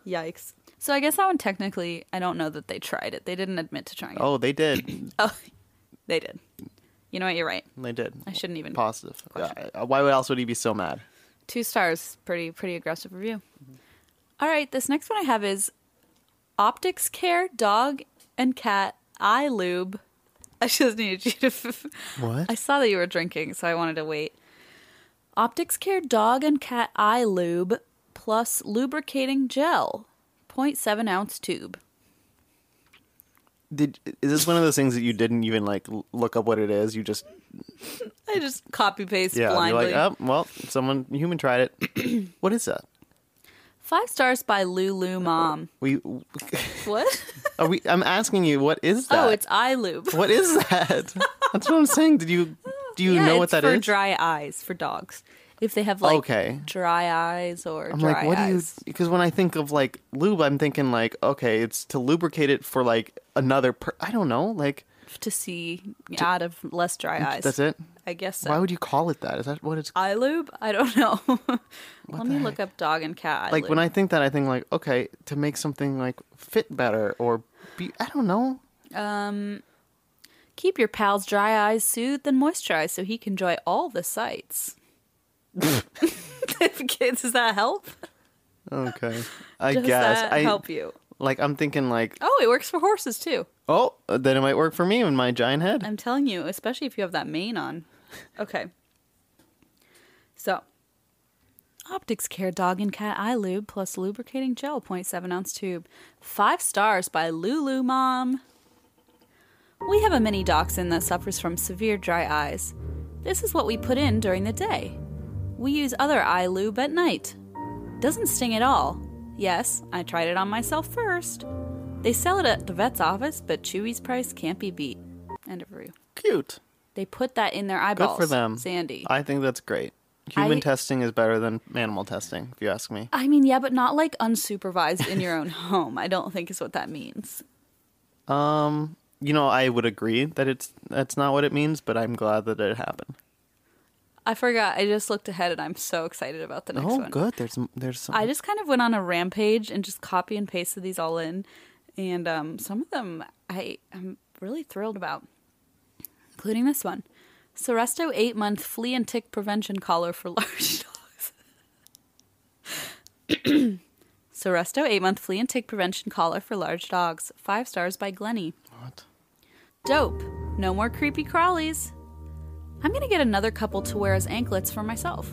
[SPEAKER 1] it. Yikes! So I guess that one technically, I don't know that they tried it. They didn't admit to trying it.
[SPEAKER 2] Oh, they did.
[SPEAKER 1] Oh, they did. You know what? You're right.
[SPEAKER 2] They did.
[SPEAKER 1] I shouldn't even.
[SPEAKER 2] Positive. Uh, why would else would he be so mad?
[SPEAKER 1] two stars pretty pretty aggressive review
[SPEAKER 2] Mm-hmm.
[SPEAKER 1] All right this next one i have is optics care dog and cat eye lube i just needed you to
[SPEAKER 2] What?
[SPEAKER 1] i saw that you were drinking so i wanted to wait optics care dog and cat eye lube plus lubricating gel 0.7 ounce tube
[SPEAKER 2] Did is this one of those things that you didn't even like l- look up what it is? You just
[SPEAKER 1] i just copy paste
[SPEAKER 2] yeah.
[SPEAKER 1] blindly
[SPEAKER 2] You're like, oh, well, someone human tried it. what is that?
[SPEAKER 1] five stars by lulu mom
[SPEAKER 2] We
[SPEAKER 1] what
[SPEAKER 2] are we? I'm asking you, what is that?
[SPEAKER 1] oh it's eye lube
[SPEAKER 2] what is that? That's what I'm saying. Did you do you
[SPEAKER 1] yeah,
[SPEAKER 2] know what
[SPEAKER 1] it's
[SPEAKER 2] that
[SPEAKER 1] for
[SPEAKER 2] is?
[SPEAKER 1] dry eyes for dogs. If they have like
[SPEAKER 2] Okay.
[SPEAKER 1] dry eyes or
[SPEAKER 2] I'm
[SPEAKER 1] dry
[SPEAKER 2] like, what do you?
[SPEAKER 1] eyes.
[SPEAKER 2] Because when I think of like lube, I'm thinking like, okay, it's to lubricate it for like another. Per- I don't know. Like
[SPEAKER 1] to see out of less dry eyes.
[SPEAKER 2] that's it.
[SPEAKER 1] I guess so.
[SPEAKER 2] Why would you call it that? Is that what it's
[SPEAKER 1] eye lube? I don't know. Let me
[SPEAKER 2] the
[SPEAKER 1] look up dog and cat. Eye
[SPEAKER 2] like? When
[SPEAKER 1] lube.
[SPEAKER 2] I think that, I think like, okay, to make something like fit better or be. I don't know.
[SPEAKER 1] keep your pal's dry eyes soothed and moisturized so he can enjoy all the sights. Kids, does that help?
[SPEAKER 2] Okay, I
[SPEAKER 1] Does
[SPEAKER 2] guess
[SPEAKER 1] that
[SPEAKER 2] I
[SPEAKER 1] help you?
[SPEAKER 2] like. I'm thinking like,
[SPEAKER 1] Oh, it works for horses too.
[SPEAKER 2] oh, then it might work for me in my giant head.
[SPEAKER 1] I'm telling you, especially if you have that mane on. Okay. So, Optics Care Dog and Cat Eye Lube plus lubricating gel 0.7 ounce tube. Five stars by Lulu Mom. We have a mini dachshund that suffers from severe dry eyes. This is what we put in during the day. We use other eye lube at night. Doesn't sting at all. Yes, I tried it on myself first. They sell it at the vet's office, but Chewy's price can't be beat. End of review.
[SPEAKER 2] Cute.
[SPEAKER 1] They put that in their
[SPEAKER 2] Good
[SPEAKER 1] eyeballs.
[SPEAKER 2] for them.
[SPEAKER 1] Sandy. I,
[SPEAKER 2] I think that's great. Human
[SPEAKER 1] I-
[SPEAKER 2] testing is better than animal testing, if you ask me.
[SPEAKER 1] mean, yeah, but not like unsupervised in your own home. I don't think is what that means.
[SPEAKER 2] Um, you know, I would agree that it's that's not what it means, but I'm glad that it happened.
[SPEAKER 1] I forgot. I just looked ahead, and I'm so excited about the next
[SPEAKER 2] oh,
[SPEAKER 1] one.
[SPEAKER 2] good. There's there's some.
[SPEAKER 1] I just kind of went on a rampage and just copy and pasted these all in, and um, some of them I am really thrilled about, including this one, Soresto eight month flea and tick prevention collar for large dogs. Soresto eight month flea and tick prevention collar for large dogs, five stars by Glennie.
[SPEAKER 2] What?
[SPEAKER 1] Dope. No more creepy crawlies. I'm gonna get another couple to wear as anklets for myself.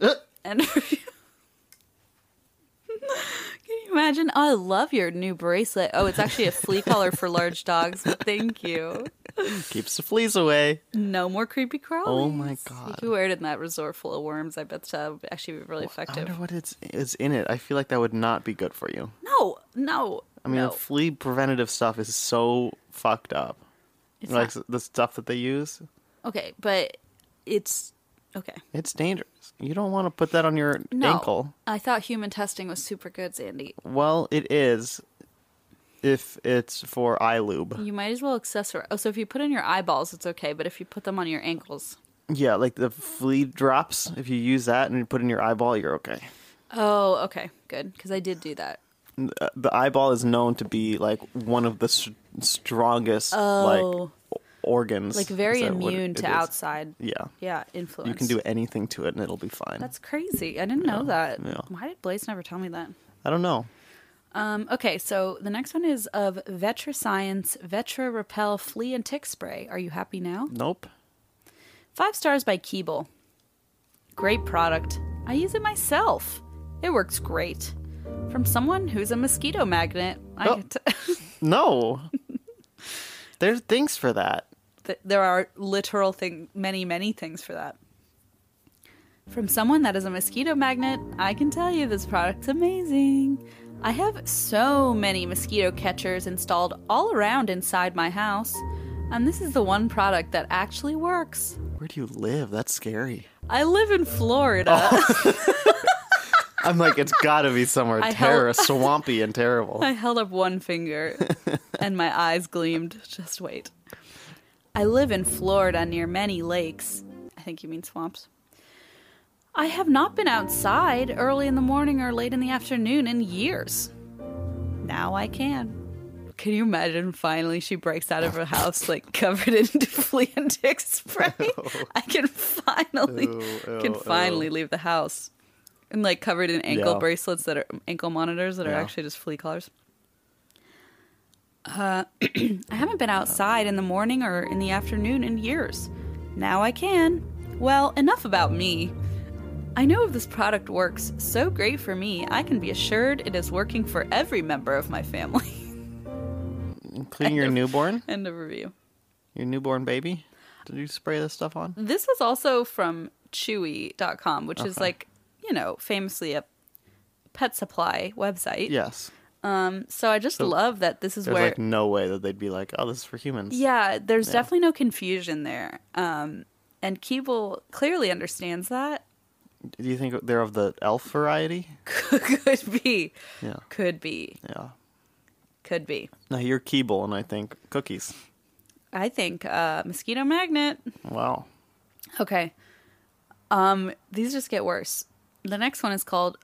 [SPEAKER 2] Uh,
[SPEAKER 1] And Can you imagine? Oh, I love your new bracelet. Oh, it's actually a flea collar for large dogs. but Thank you.
[SPEAKER 2] keeps the fleas away.
[SPEAKER 1] No more creepy crawlies.
[SPEAKER 2] Oh my
[SPEAKER 1] You
[SPEAKER 2] god.
[SPEAKER 1] could wear it in that resort full of worms. I bet that would actually be really
[SPEAKER 2] I
[SPEAKER 1] effective.
[SPEAKER 2] wonder what it's is in it. I feel like that would not be good for you.
[SPEAKER 1] No, no.
[SPEAKER 2] I mean,
[SPEAKER 1] no.
[SPEAKER 2] flea preventative stuff is so fucked up.
[SPEAKER 1] It's
[SPEAKER 2] like
[SPEAKER 1] not-
[SPEAKER 2] the stuff that they use,
[SPEAKER 1] okay, but it's okay.
[SPEAKER 2] it's dangerous. You don't want to put that on your
[SPEAKER 1] No,
[SPEAKER 2] ankle.
[SPEAKER 1] I thought human testing was super good, Sandy.
[SPEAKER 2] Well, it is if it's for eye lube.
[SPEAKER 1] You might as well accessorize. Oh, so if you put in your eyeballs, it's okay. But if you put them on your ankles,
[SPEAKER 2] Yeah, like the flea drops. If you use that and you put it in your eyeball, you're okay.
[SPEAKER 1] oh, okay, good, because I did do that.
[SPEAKER 2] Uh, The eyeball is known to be like one of the s strongest
[SPEAKER 1] Oh.
[SPEAKER 2] like organs.
[SPEAKER 1] Like very
[SPEAKER 2] Is that what
[SPEAKER 1] immune
[SPEAKER 2] it
[SPEAKER 1] to
[SPEAKER 2] is?
[SPEAKER 1] outside.
[SPEAKER 2] Yeah.
[SPEAKER 1] Yeah, influence.
[SPEAKER 2] You can do anything to it and it'll be fine.
[SPEAKER 1] That's crazy. I didn't know that.
[SPEAKER 2] yeah.
[SPEAKER 1] Why did Blaze never tell me that?
[SPEAKER 2] I don't know.
[SPEAKER 1] Um, okay, so the next one is of Vetra Science Vetra Repel Flea and Tick Spray. Are you happy now?
[SPEAKER 2] Nope.
[SPEAKER 1] Five stars by Keeble. Great product. I use it myself. It works great. From someone who's a mosquito magnet. I
[SPEAKER 2] Oh.
[SPEAKER 1] get to-
[SPEAKER 2] No. There's things for that.
[SPEAKER 1] Th- there are literal thing many many things for that from someone that is a mosquito magnet i can tell you this product's amazing i have so many mosquito catchers installed all around inside my house and this is the one product that actually works
[SPEAKER 2] Where do you live? That's scary.
[SPEAKER 1] i live in florida
[SPEAKER 2] I'm like, it's gotta be somewhere
[SPEAKER 1] I
[SPEAKER 2] terror swampy and terrible.
[SPEAKER 1] I held up one finger and my eyes gleamed. Just wait. I live in Florida near many lakes. I think you mean swamps. I have not been outside early in the morning or late in the afternoon in years. Now I can. Can you imagine? Finally, she breaks out of her house like covered in flea and tick spray. I can finally
[SPEAKER 2] Ew,
[SPEAKER 1] can
[SPEAKER 2] ew,
[SPEAKER 1] finally leave the house and like covered in ankle
[SPEAKER 2] Yeah.
[SPEAKER 1] bracelets that are ankle monitors that are
[SPEAKER 2] Yeah.
[SPEAKER 1] actually just flea collars. Uh, I haven't been outside in the morning or in the afternoon in years. Now I can. Well, enough about me. I know if this product works so great for me, I can be assured it is working for every member of my family.
[SPEAKER 2] Including your newborn?
[SPEAKER 1] End of review.
[SPEAKER 2] Your newborn baby? Did you spray this stuff on?
[SPEAKER 1] This is also from Chewy.com, which is like, you know, famously a pet supply website.
[SPEAKER 2] Yes.
[SPEAKER 1] Um, so I just love that this is
[SPEAKER 2] There's
[SPEAKER 1] where.
[SPEAKER 2] like no way that they'd be like, oh, this is for humans.
[SPEAKER 1] yeah, there's definitely no confusion there. Um, and Keeble clearly understands that.
[SPEAKER 2] Do you think they're of the elf variety?
[SPEAKER 1] could be,
[SPEAKER 2] Yeah.
[SPEAKER 1] could be,
[SPEAKER 2] Yeah.
[SPEAKER 1] could be.
[SPEAKER 2] Now you're Keeble, and I think cookies.
[SPEAKER 1] I think uh, mosquito magnet.
[SPEAKER 2] Wow.
[SPEAKER 1] Okay. Um, these just get worse. The next one is called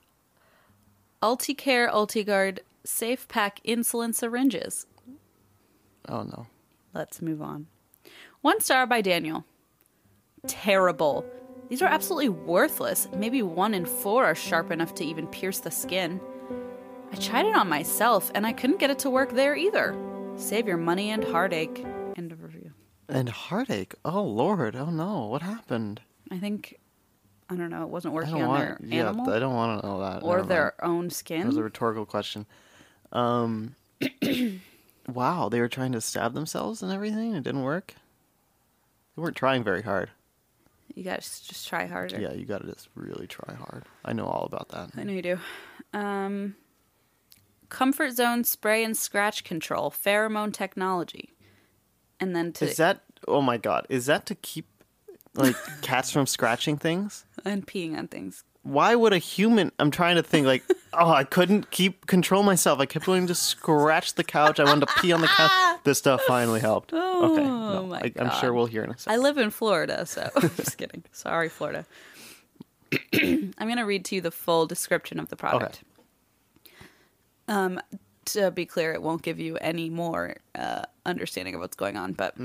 [SPEAKER 1] Ulticare Ultiguard Safe Pack Insulin Syringes.
[SPEAKER 2] Oh no.
[SPEAKER 1] Let's move on. One star by Daniel. Terrible. These are absolutely worthless. Maybe one in four are sharp enough to even pierce the skin. I tried it on myself and I couldn't get it to work there either. Save your money and heartache. End of review.
[SPEAKER 2] And heartache. Oh lord. Oh no. What happened?
[SPEAKER 1] I think, I don't know, it wasn't
[SPEAKER 2] I
[SPEAKER 1] working
[SPEAKER 2] don't
[SPEAKER 1] on
[SPEAKER 2] want.
[SPEAKER 1] their
[SPEAKER 2] Yeah.
[SPEAKER 1] animal
[SPEAKER 2] I don't want to know that.
[SPEAKER 1] or
[SPEAKER 2] Never mind.
[SPEAKER 1] their own
[SPEAKER 2] That was a
[SPEAKER 1] skin.
[SPEAKER 2] rhetorical question. Um. wow. They were trying to stab themselves and everything. It didn't work. They weren't trying very hard.
[SPEAKER 1] You gotta s- just try harder.
[SPEAKER 2] Yeah. You got to just really try hard. I know all about that.
[SPEAKER 1] I know you do. Um, comfort zone spray and scratch control, pheromone technology, and then to
[SPEAKER 2] Is that? Oh my god. Is that to keep like cats from scratching things?
[SPEAKER 1] and peeing on things.
[SPEAKER 2] why would a human i'm trying to think like oh i couldn't keep control myself i kept wanting to scratch the couch i wanted to pee on the couch this stuff finally helped okay no,
[SPEAKER 1] Oh my
[SPEAKER 2] I, i'm
[SPEAKER 1] God.
[SPEAKER 2] sure we'll hear in a second
[SPEAKER 1] I live in Florida, so I'm just kidding. Sorry, Florida. I'm gonna read to you the full description of the product. Um, to be clear, it won't give you any more uh, understanding of what's going on, but.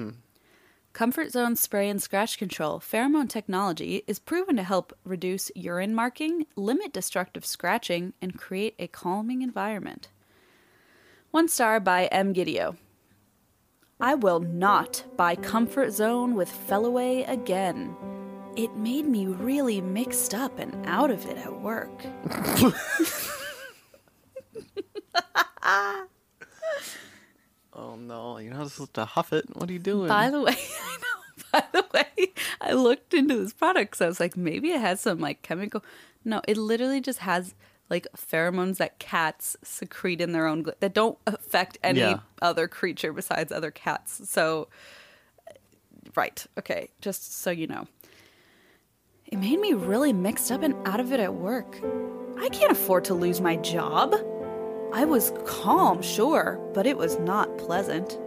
[SPEAKER 1] Comfort Zone Spray and Scratch Control pheromone technology is proven to help reduce urine marking, limit destructive scratching, and create a calming environment. One star by M. Gideo. I will not buy Comfort Zone with Fellaway again. It made me really mixed up and out of it at work.
[SPEAKER 2] oh no you're not supposed to huff it what are you doing
[SPEAKER 1] By the way, I know. By the way, I looked into this product because I was like, maybe it has some like chemical. No, it literally just has like pheromones that cats secrete in their own gl- that don't affect any
[SPEAKER 2] Yeah.
[SPEAKER 1] other creature besides other cats. So, right, okay, just so you know, it made me really mixed up and out of it at work. I can't afford to lose my job. I was calm, sure, but it was not pleasant.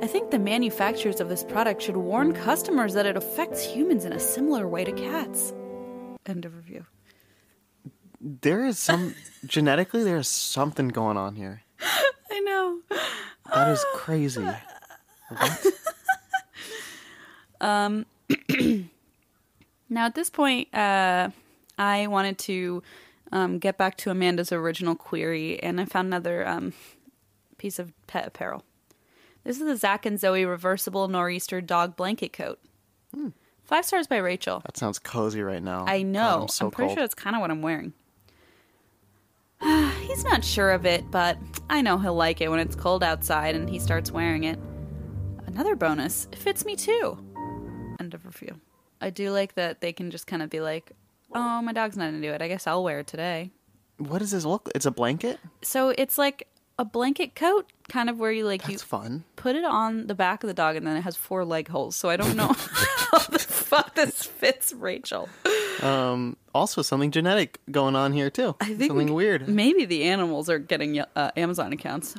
[SPEAKER 1] I think the manufacturers of this product should warn customers that it affects humans in a similar way to cats. End of review.
[SPEAKER 2] there is some genetically there's something going on here
[SPEAKER 1] I know.
[SPEAKER 2] that is crazy what
[SPEAKER 1] Um, now, at this point, uh, I wanted to um, get back to Amanda's original query, and I found another um, piece of pet apparel. This is the Zach and Zoe reversible nor'easter dog blanket coat. Five stars by Rachel.
[SPEAKER 2] That sounds cozy right now.
[SPEAKER 1] I
[SPEAKER 2] God,
[SPEAKER 1] know.
[SPEAKER 2] I'm so
[SPEAKER 1] pretty
[SPEAKER 2] cold.
[SPEAKER 1] sure that's kind of what I'm wearing. He's not sure of it, but I know he'll like it when it's cold outside and he starts wearing it. Another bonus. It fits me too. End of review. I do like that they can just kind of be like, oh, my dog's not into it. I guess I'll wear it today.
[SPEAKER 2] What does this look? It's a blanket.
[SPEAKER 1] So it's like a blanket coat, kind of where you like you
[SPEAKER 2] That's fun.
[SPEAKER 1] put it on the back of the dog and then it has four leg holes. So I don't know how the fuck this fits Rachel.
[SPEAKER 2] Um, also something genetic going on here too.
[SPEAKER 1] I think
[SPEAKER 2] Oh, something
[SPEAKER 1] we-
[SPEAKER 2] weird.
[SPEAKER 1] Maybe the animals are getting uh, Amazon accounts.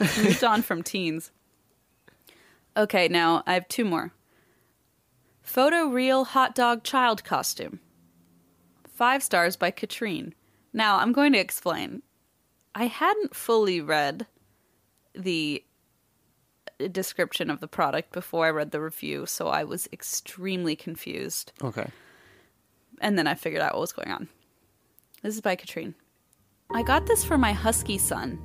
[SPEAKER 1] Moved on from teens. Okay, now I have two more. Photo real hot dog child costume. Five stars by Katrine. Now I'm going to explain. I hadn't fully read the uh, description of the product before I read the review, so I was extremely confused
[SPEAKER 2] Okay.
[SPEAKER 1] and then I figured out what was going on. This is by Katrine. I got this for my husky son.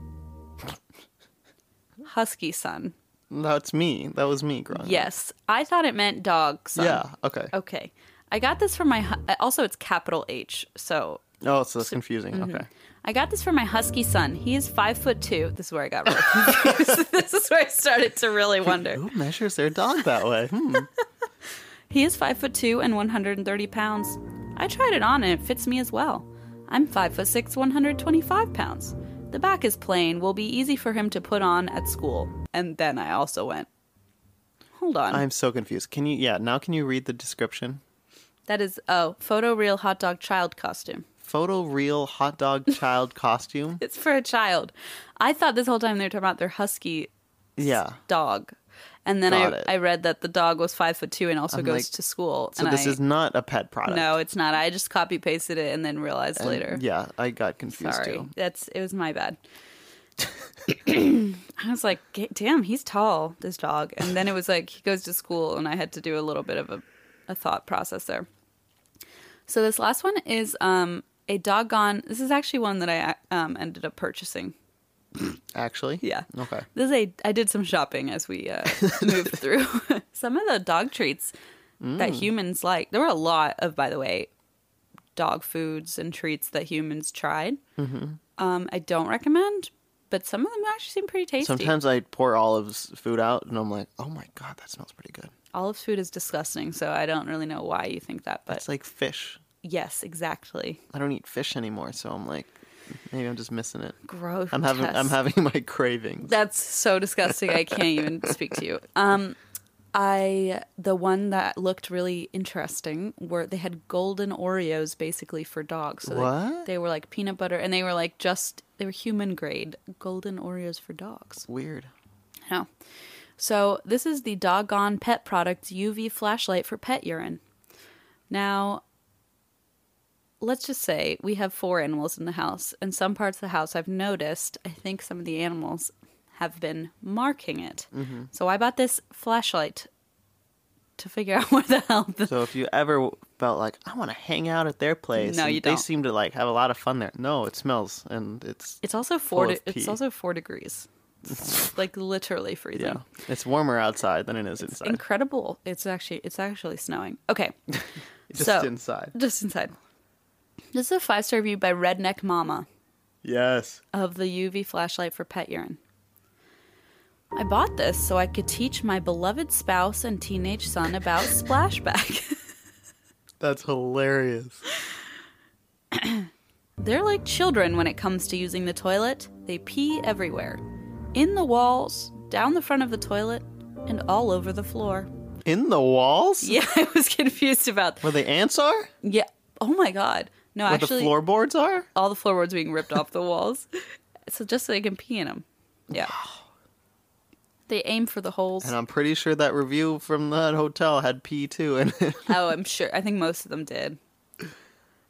[SPEAKER 1] Husky son.
[SPEAKER 2] That's me. That was me growing. up.
[SPEAKER 1] Yes, I thought it meant dog son.
[SPEAKER 2] Uh-huh. Yeah. Okay.
[SPEAKER 1] Okay. I got this for my hu- uh, also it's capital H. So Mm-hmm.
[SPEAKER 2] Oh, so that's confusing. Okay.
[SPEAKER 1] I got this for my husky son. He is five foot two. This is where I got really confused. this is where I started to really wonder.
[SPEAKER 2] Who measures their dog that way? Hmm.
[SPEAKER 1] He is five foot two and 130 pounds. I tried it on and it fits me as well. I'm five foot six, 125 pounds. The back is plain, will be easy for him to put on at school. And then I also went, hold on.
[SPEAKER 2] I'm so confused. Can you? Yeah. Now can you read the description?
[SPEAKER 1] That is, oh, photo real hot dog child costume.
[SPEAKER 2] Photo real hot dog child costume.
[SPEAKER 1] It's for a child. I thought this whole time they were talking about their husky
[SPEAKER 2] Yeah.
[SPEAKER 1] dog. And then
[SPEAKER 2] Got
[SPEAKER 1] I,
[SPEAKER 2] it.
[SPEAKER 1] I read that the dog was five foot two and also
[SPEAKER 2] I'm
[SPEAKER 1] goes
[SPEAKER 2] like,
[SPEAKER 1] to school.
[SPEAKER 2] So
[SPEAKER 1] and
[SPEAKER 2] this
[SPEAKER 1] I,
[SPEAKER 2] is not a pet product.
[SPEAKER 1] no, it's not. I just copy pasted it and then realized
[SPEAKER 2] And-
[SPEAKER 1] later.
[SPEAKER 2] Yeah, I got confused
[SPEAKER 1] Sorry,
[SPEAKER 2] too.
[SPEAKER 1] that's it was my bad. I was like, "Ga- damn, he's tall, this dog. And then it was like he goes to school, and I had to do a little bit of a, a thought process there. So this last one is um, a doggone. This is actually one that I um, ended up purchasing.
[SPEAKER 2] Actually.
[SPEAKER 1] Yeah.
[SPEAKER 2] Okay.
[SPEAKER 1] This is a. I did some shopping as we uh, moved through some of the dog treats
[SPEAKER 2] Mm.
[SPEAKER 1] that humans like. There were a lot of, by the way, dog foods and treats that humans tried.
[SPEAKER 2] Mm-hmm.
[SPEAKER 1] Um, I don't recommend, but some of them actually seem pretty tasty.
[SPEAKER 2] Sometimes I pour Olive's food out, and I'm like, "Oh my god, that smells pretty good."
[SPEAKER 1] Olive's food is disgusting, so I don't really know why you think that. But
[SPEAKER 2] It's like fish.
[SPEAKER 1] yes, exactly.
[SPEAKER 2] I don't eat fish anymore, so I'm like, maybe I'm just missing it.
[SPEAKER 1] Gross.
[SPEAKER 2] I'm having I'm having my cravings.
[SPEAKER 1] That's so disgusting. I can't even speak to you. Um, I the one that looked really interesting were they had golden Oreos basically for dogs. So they-
[SPEAKER 2] What?
[SPEAKER 1] They, were like peanut butter, and they were like just they were human grade golden Oreos for dogs.
[SPEAKER 2] Weird.
[SPEAKER 1] No. So this is the Doggone Pet Products UV flashlight for pet urine. Now, let's just say we have four animals in the house, and some parts of the house I've noticed, I think some of the animals have been marking it.
[SPEAKER 2] Mm-hmm.
[SPEAKER 1] So I bought this flashlight to figure out where the hell the
[SPEAKER 2] So if you ever felt like I want to hang out at their place,
[SPEAKER 1] No,
[SPEAKER 2] and
[SPEAKER 1] you
[SPEAKER 2] they
[SPEAKER 1] don't.
[SPEAKER 2] seem to like have a lot of fun there. No, it smells, and it's
[SPEAKER 1] It's also four
[SPEAKER 2] Full
[SPEAKER 1] de-
[SPEAKER 2] of
[SPEAKER 1] it's
[SPEAKER 2] pee.
[SPEAKER 1] also 4 degrees. It's like literally freezing.
[SPEAKER 2] yeah, it's warmer outside than it is inside.
[SPEAKER 1] Incredible. It's actually it's actually snowing. Okay.
[SPEAKER 2] just
[SPEAKER 1] so-
[SPEAKER 2] inside.
[SPEAKER 1] Just inside. This is a five star review by Redneck Mama
[SPEAKER 2] Yes.
[SPEAKER 1] of the UV flashlight for pet urine. I bought this so I could teach my beloved spouse and teenage son about splashback.
[SPEAKER 2] That's hilarious.
[SPEAKER 1] They're like children when it comes to using the toilet. They pee everywhere in the walls, down the front of the toilet, and all over the floor.
[SPEAKER 2] In the walls?
[SPEAKER 1] Yeah, I was confused about.
[SPEAKER 2] Where the ants are? Where
[SPEAKER 1] Yeah. Oh my god. No, actually,
[SPEAKER 2] the floorboards are?
[SPEAKER 1] all the floorboards being ripped off the walls. So just so they can pee in them. Yeah. They aim for the holes.
[SPEAKER 2] And I'm pretty sure that review from that hotel had pee too in it.
[SPEAKER 1] oh, I'm sure. I think most of them did.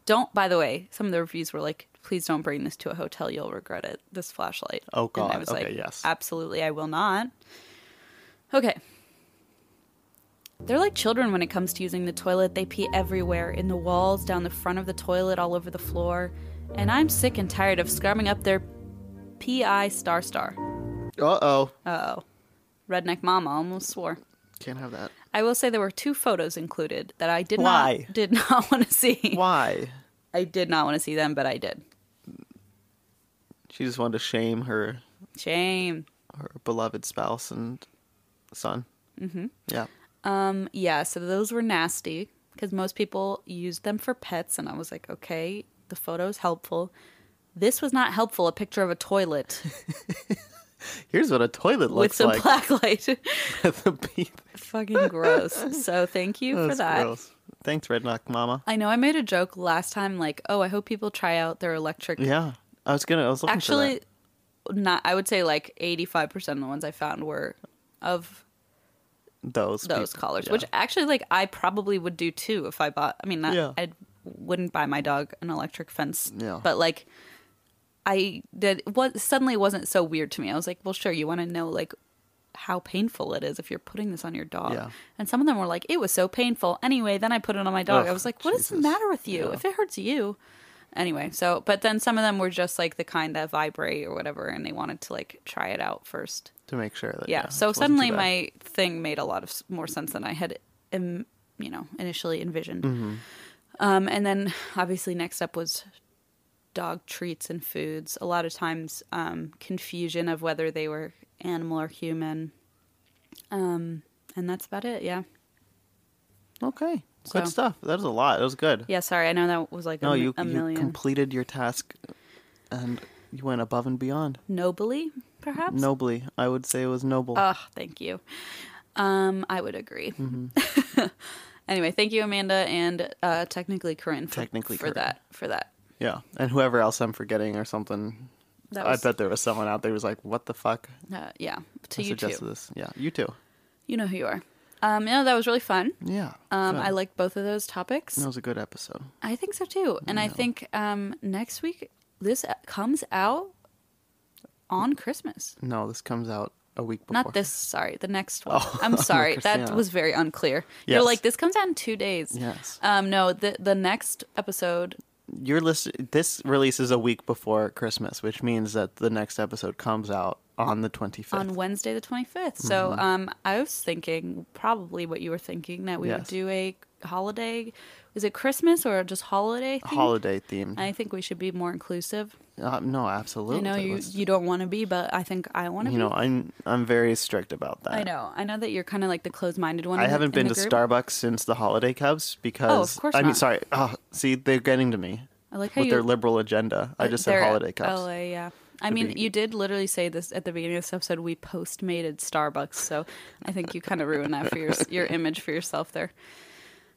[SPEAKER 1] Don't, by the way, some of the reviews were like, please don't bring this to a hotel. You'll regret it. This flashlight.
[SPEAKER 2] Oh,
[SPEAKER 1] And I
[SPEAKER 2] God.
[SPEAKER 1] was
[SPEAKER 2] Okay,
[SPEAKER 1] like,
[SPEAKER 2] yes.
[SPEAKER 1] Absolutely, I will not. Okay. They're like children when it comes to using the toilet. They pee everywhere in the walls, down the front of the toilet, all over the floor. And I'm sick and tired of scarming up their PI star star.
[SPEAKER 2] Uh oh.
[SPEAKER 1] Uh oh. Redneck Mama almost swore.
[SPEAKER 2] Can't have that.
[SPEAKER 1] I will say there were two photos included that I did
[SPEAKER 2] Why?
[SPEAKER 1] not did not want to see.
[SPEAKER 2] Why?
[SPEAKER 1] I did not want to see them, but I did.
[SPEAKER 2] She just wanted to shame her
[SPEAKER 1] Shame.
[SPEAKER 2] her beloved spouse and son. Mm-hmm. Yeah.
[SPEAKER 1] Um, yeah, so those were nasty because most people used them for pets, and I was like, okay, the photo's helpful. This was not helpful. A picture of a toilet
[SPEAKER 2] Here's what a
[SPEAKER 1] with
[SPEAKER 2] toilet looks
[SPEAKER 1] some
[SPEAKER 2] like.
[SPEAKER 1] black light.
[SPEAKER 2] with a pee-
[SPEAKER 1] Fucking gross. So thank you for
[SPEAKER 2] That's
[SPEAKER 1] that.
[SPEAKER 2] gross. Thanks, Redneck Mama.
[SPEAKER 1] I know I made a joke last time, like, oh, I hope people try out their electric.
[SPEAKER 2] Yeah. I was gonna I was looking
[SPEAKER 1] Actually, not. I would say like eighty-five percent of the ones I found were of
[SPEAKER 2] for that. those
[SPEAKER 1] those
[SPEAKER 2] people.
[SPEAKER 1] collars,
[SPEAKER 2] Yeah.
[SPEAKER 1] which actually, like, I probably would do too if I bought. I mean, not,
[SPEAKER 2] Yeah.
[SPEAKER 1] I wouldn't buy my dog an electric fence,
[SPEAKER 2] Yeah.
[SPEAKER 1] but like, I did. What suddenly wasn't so weird to me. I was like, well, sure, you want to know like how painful it is if you're putting this on your dog,
[SPEAKER 2] Yeah.
[SPEAKER 1] and some of them were like, it was so painful. Anyway, then I put it on my dog. I
[SPEAKER 2] Ugh,
[SPEAKER 1] was like, what is the
[SPEAKER 2] Jesus.
[SPEAKER 1] matter with you? If it hurts you. Anyway, so but then some of them were just like the kind that vibrate or whatever, and they wanted to like try it out first
[SPEAKER 2] to make sure that
[SPEAKER 1] yeah.
[SPEAKER 2] it
[SPEAKER 1] so
[SPEAKER 2] uh, wasn't too
[SPEAKER 1] suddenly
[SPEAKER 2] bad.
[SPEAKER 1] my thing made a lot of s- more sense than I had, um, you know, initially envisioned.
[SPEAKER 2] Mm-hmm.
[SPEAKER 1] Um, and then obviously next up was dog treats and foods. A lot of times um, confusion of whether they were animal or human. Um, and that's about it. Yeah.
[SPEAKER 2] Okay.
[SPEAKER 1] So-
[SPEAKER 2] Good stuff. That was a lot. That was good.
[SPEAKER 1] Yeah. Sorry. I know that was like a,
[SPEAKER 2] No,
[SPEAKER 1] mi-
[SPEAKER 2] you,
[SPEAKER 1] a
[SPEAKER 2] you
[SPEAKER 1] million.
[SPEAKER 2] completed your task and you went above and beyond.
[SPEAKER 1] Nobly, perhaps?
[SPEAKER 2] Nobly. I would say it was noble.
[SPEAKER 1] Oh, thank you. Um, I would agree.
[SPEAKER 2] Mm-hmm.
[SPEAKER 1] anyway, thank you, Amanda, and uh, technically Corinne for,
[SPEAKER 2] Technically
[SPEAKER 1] for
[SPEAKER 2] Corinne.
[SPEAKER 1] that. For that,
[SPEAKER 2] yeah. And whoever else I'm forgetting or something.
[SPEAKER 1] that was,
[SPEAKER 2] I bet there was someone out there who was like, what the fuck?
[SPEAKER 1] Uh, yeah, to
[SPEAKER 2] I
[SPEAKER 1] you
[SPEAKER 2] suggested
[SPEAKER 1] too.
[SPEAKER 2] this. Yeah. You too.
[SPEAKER 1] You know who you are. Um, yeah, that was really fun.
[SPEAKER 2] Yeah.
[SPEAKER 1] Um,
[SPEAKER 2] good.
[SPEAKER 1] I liked both of those topics.
[SPEAKER 2] That was a good episode.
[SPEAKER 1] I think so too, and I think um, next week this uh, comes out on Christmas.
[SPEAKER 2] No, this comes out a week before.
[SPEAKER 1] Not this. Sorry, the next one.
[SPEAKER 2] Oh,
[SPEAKER 1] I'm sorry. that
[SPEAKER 2] Christina.
[SPEAKER 1] was very unclear. You're
[SPEAKER 2] Yes.
[SPEAKER 1] like this comes out in two days.
[SPEAKER 2] Yes.
[SPEAKER 1] Um, no, the the next episode
[SPEAKER 2] Your list. This releases a week before Christmas, which means that the next episode comes out on the 25th.
[SPEAKER 1] on Wednesday the 25th. So
[SPEAKER 2] Mm-hmm.
[SPEAKER 1] um, I was thinking probably what you were thinking that we would
[SPEAKER 2] Yes.
[SPEAKER 1] do a holiday. Is it Christmas or just holiday? Thing?
[SPEAKER 2] Holiday themed.
[SPEAKER 1] I think we should be more inclusive.
[SPEAKER 2] Uh, no, absolutely.
[SPEAKER 1] I know you,
[SPEAKER 2] Let's-
[SPEAKER 1] you don't want to be, but I think I want to
[SPEAKER 2] you
[SPEAKER 1] be.
[SPEAKER 2] know, I'm I'm very strict about that.
[SPEAKER 1] I know. I know that you're kind of like the closed-minded one.
[SPEAKER 2] I
[SPEAKER 1] in the-
[SPEAKER 2] haven't
[SPEAKER 1] in
[SPEAKER 2] been
[SPEAKER 1] the
[SPEAKER 2] to
[SPEAKER 1] group.
[SPEAKER 2] Starbucks since the holiday cups because
[SPEAKER 1] course
[SPEAKER 2] I mean,
[SPEAKER 1] not.
[SPEAKER 2] sorry. Oh, see, they're getting to me
[SPEAKER 1] I like how
[SPEAKER 2] with
[SPEAKER 1] you,
[SPEAKER 2] their liberal agenda. I just said
[SPEAKER 1] they're-
[SPEAKER 2] holiday cups.
[SPEAKER 1] LA, yeah. I mean,
[SPEAKER 2] be-
[SPEAKER 1] you did literally say this at the beginning of this episode. We postmated Starbucks, so I think you kind of ruined that for your your image for yourself there.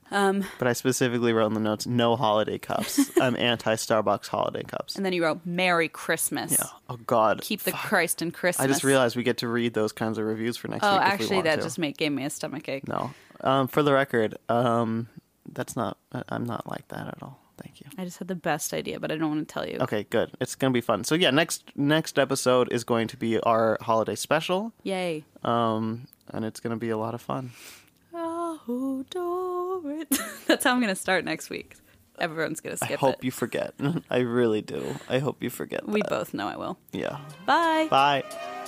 [SPEAKER 2] But I specifically wrote in the notes, no holiday cups. I'm anti-Starbucks holiday cups.
[SPEAKER 1] And then you wrote "Merry Christmas."
[SPEAKER 2] Yeah. Oh God.
[SPEAKER 1] Keep the Christ in Christmas.
[SPEAKER 2] I just realized we get to read those kinds of reviews for next
[SPEAKER 1] Oh,
[SPEAKER 2] week. if we
[SPEAKER 1] actually,
[SPEAKER 2] want
[SPEAKER 1] that
[SPEAKER 2] to.
[SPEAKER 1] just made, gave me a stomach ache.
[SPEAKER 2] no. Um, for the record, um, that's not. I- I'm not like that at all. Thank you.
[SPEAKER 1] I just had the best idea, but I don't want to tell you.
[SPEAKER 2] Okay, good. It's gonna be fun. So yeah, next next episode is going to be our holiday special,
[SPEAKER 1] Yay.
[SPEAKER 2] um, and it's gonna be a lot of fun.
[SPEAKER 1] Oh, do it. That's how I'm going to start next week. Everyone's going to
[SPEAKER 2] I
[SPEAKER 1] skip
[SPEAKER 2] hope
[SPEAKER 1] it.
[SPEAKER 2] you forget. I really do. I hope you forget.
[SPEAKER 1] we
[SPEAKER 2] that.
[SPEAKER 1] both know I will.
[SPEAKER 2] Yeah.
[SPEAKER 1] Bye.
[SPEAKER 2] Bye.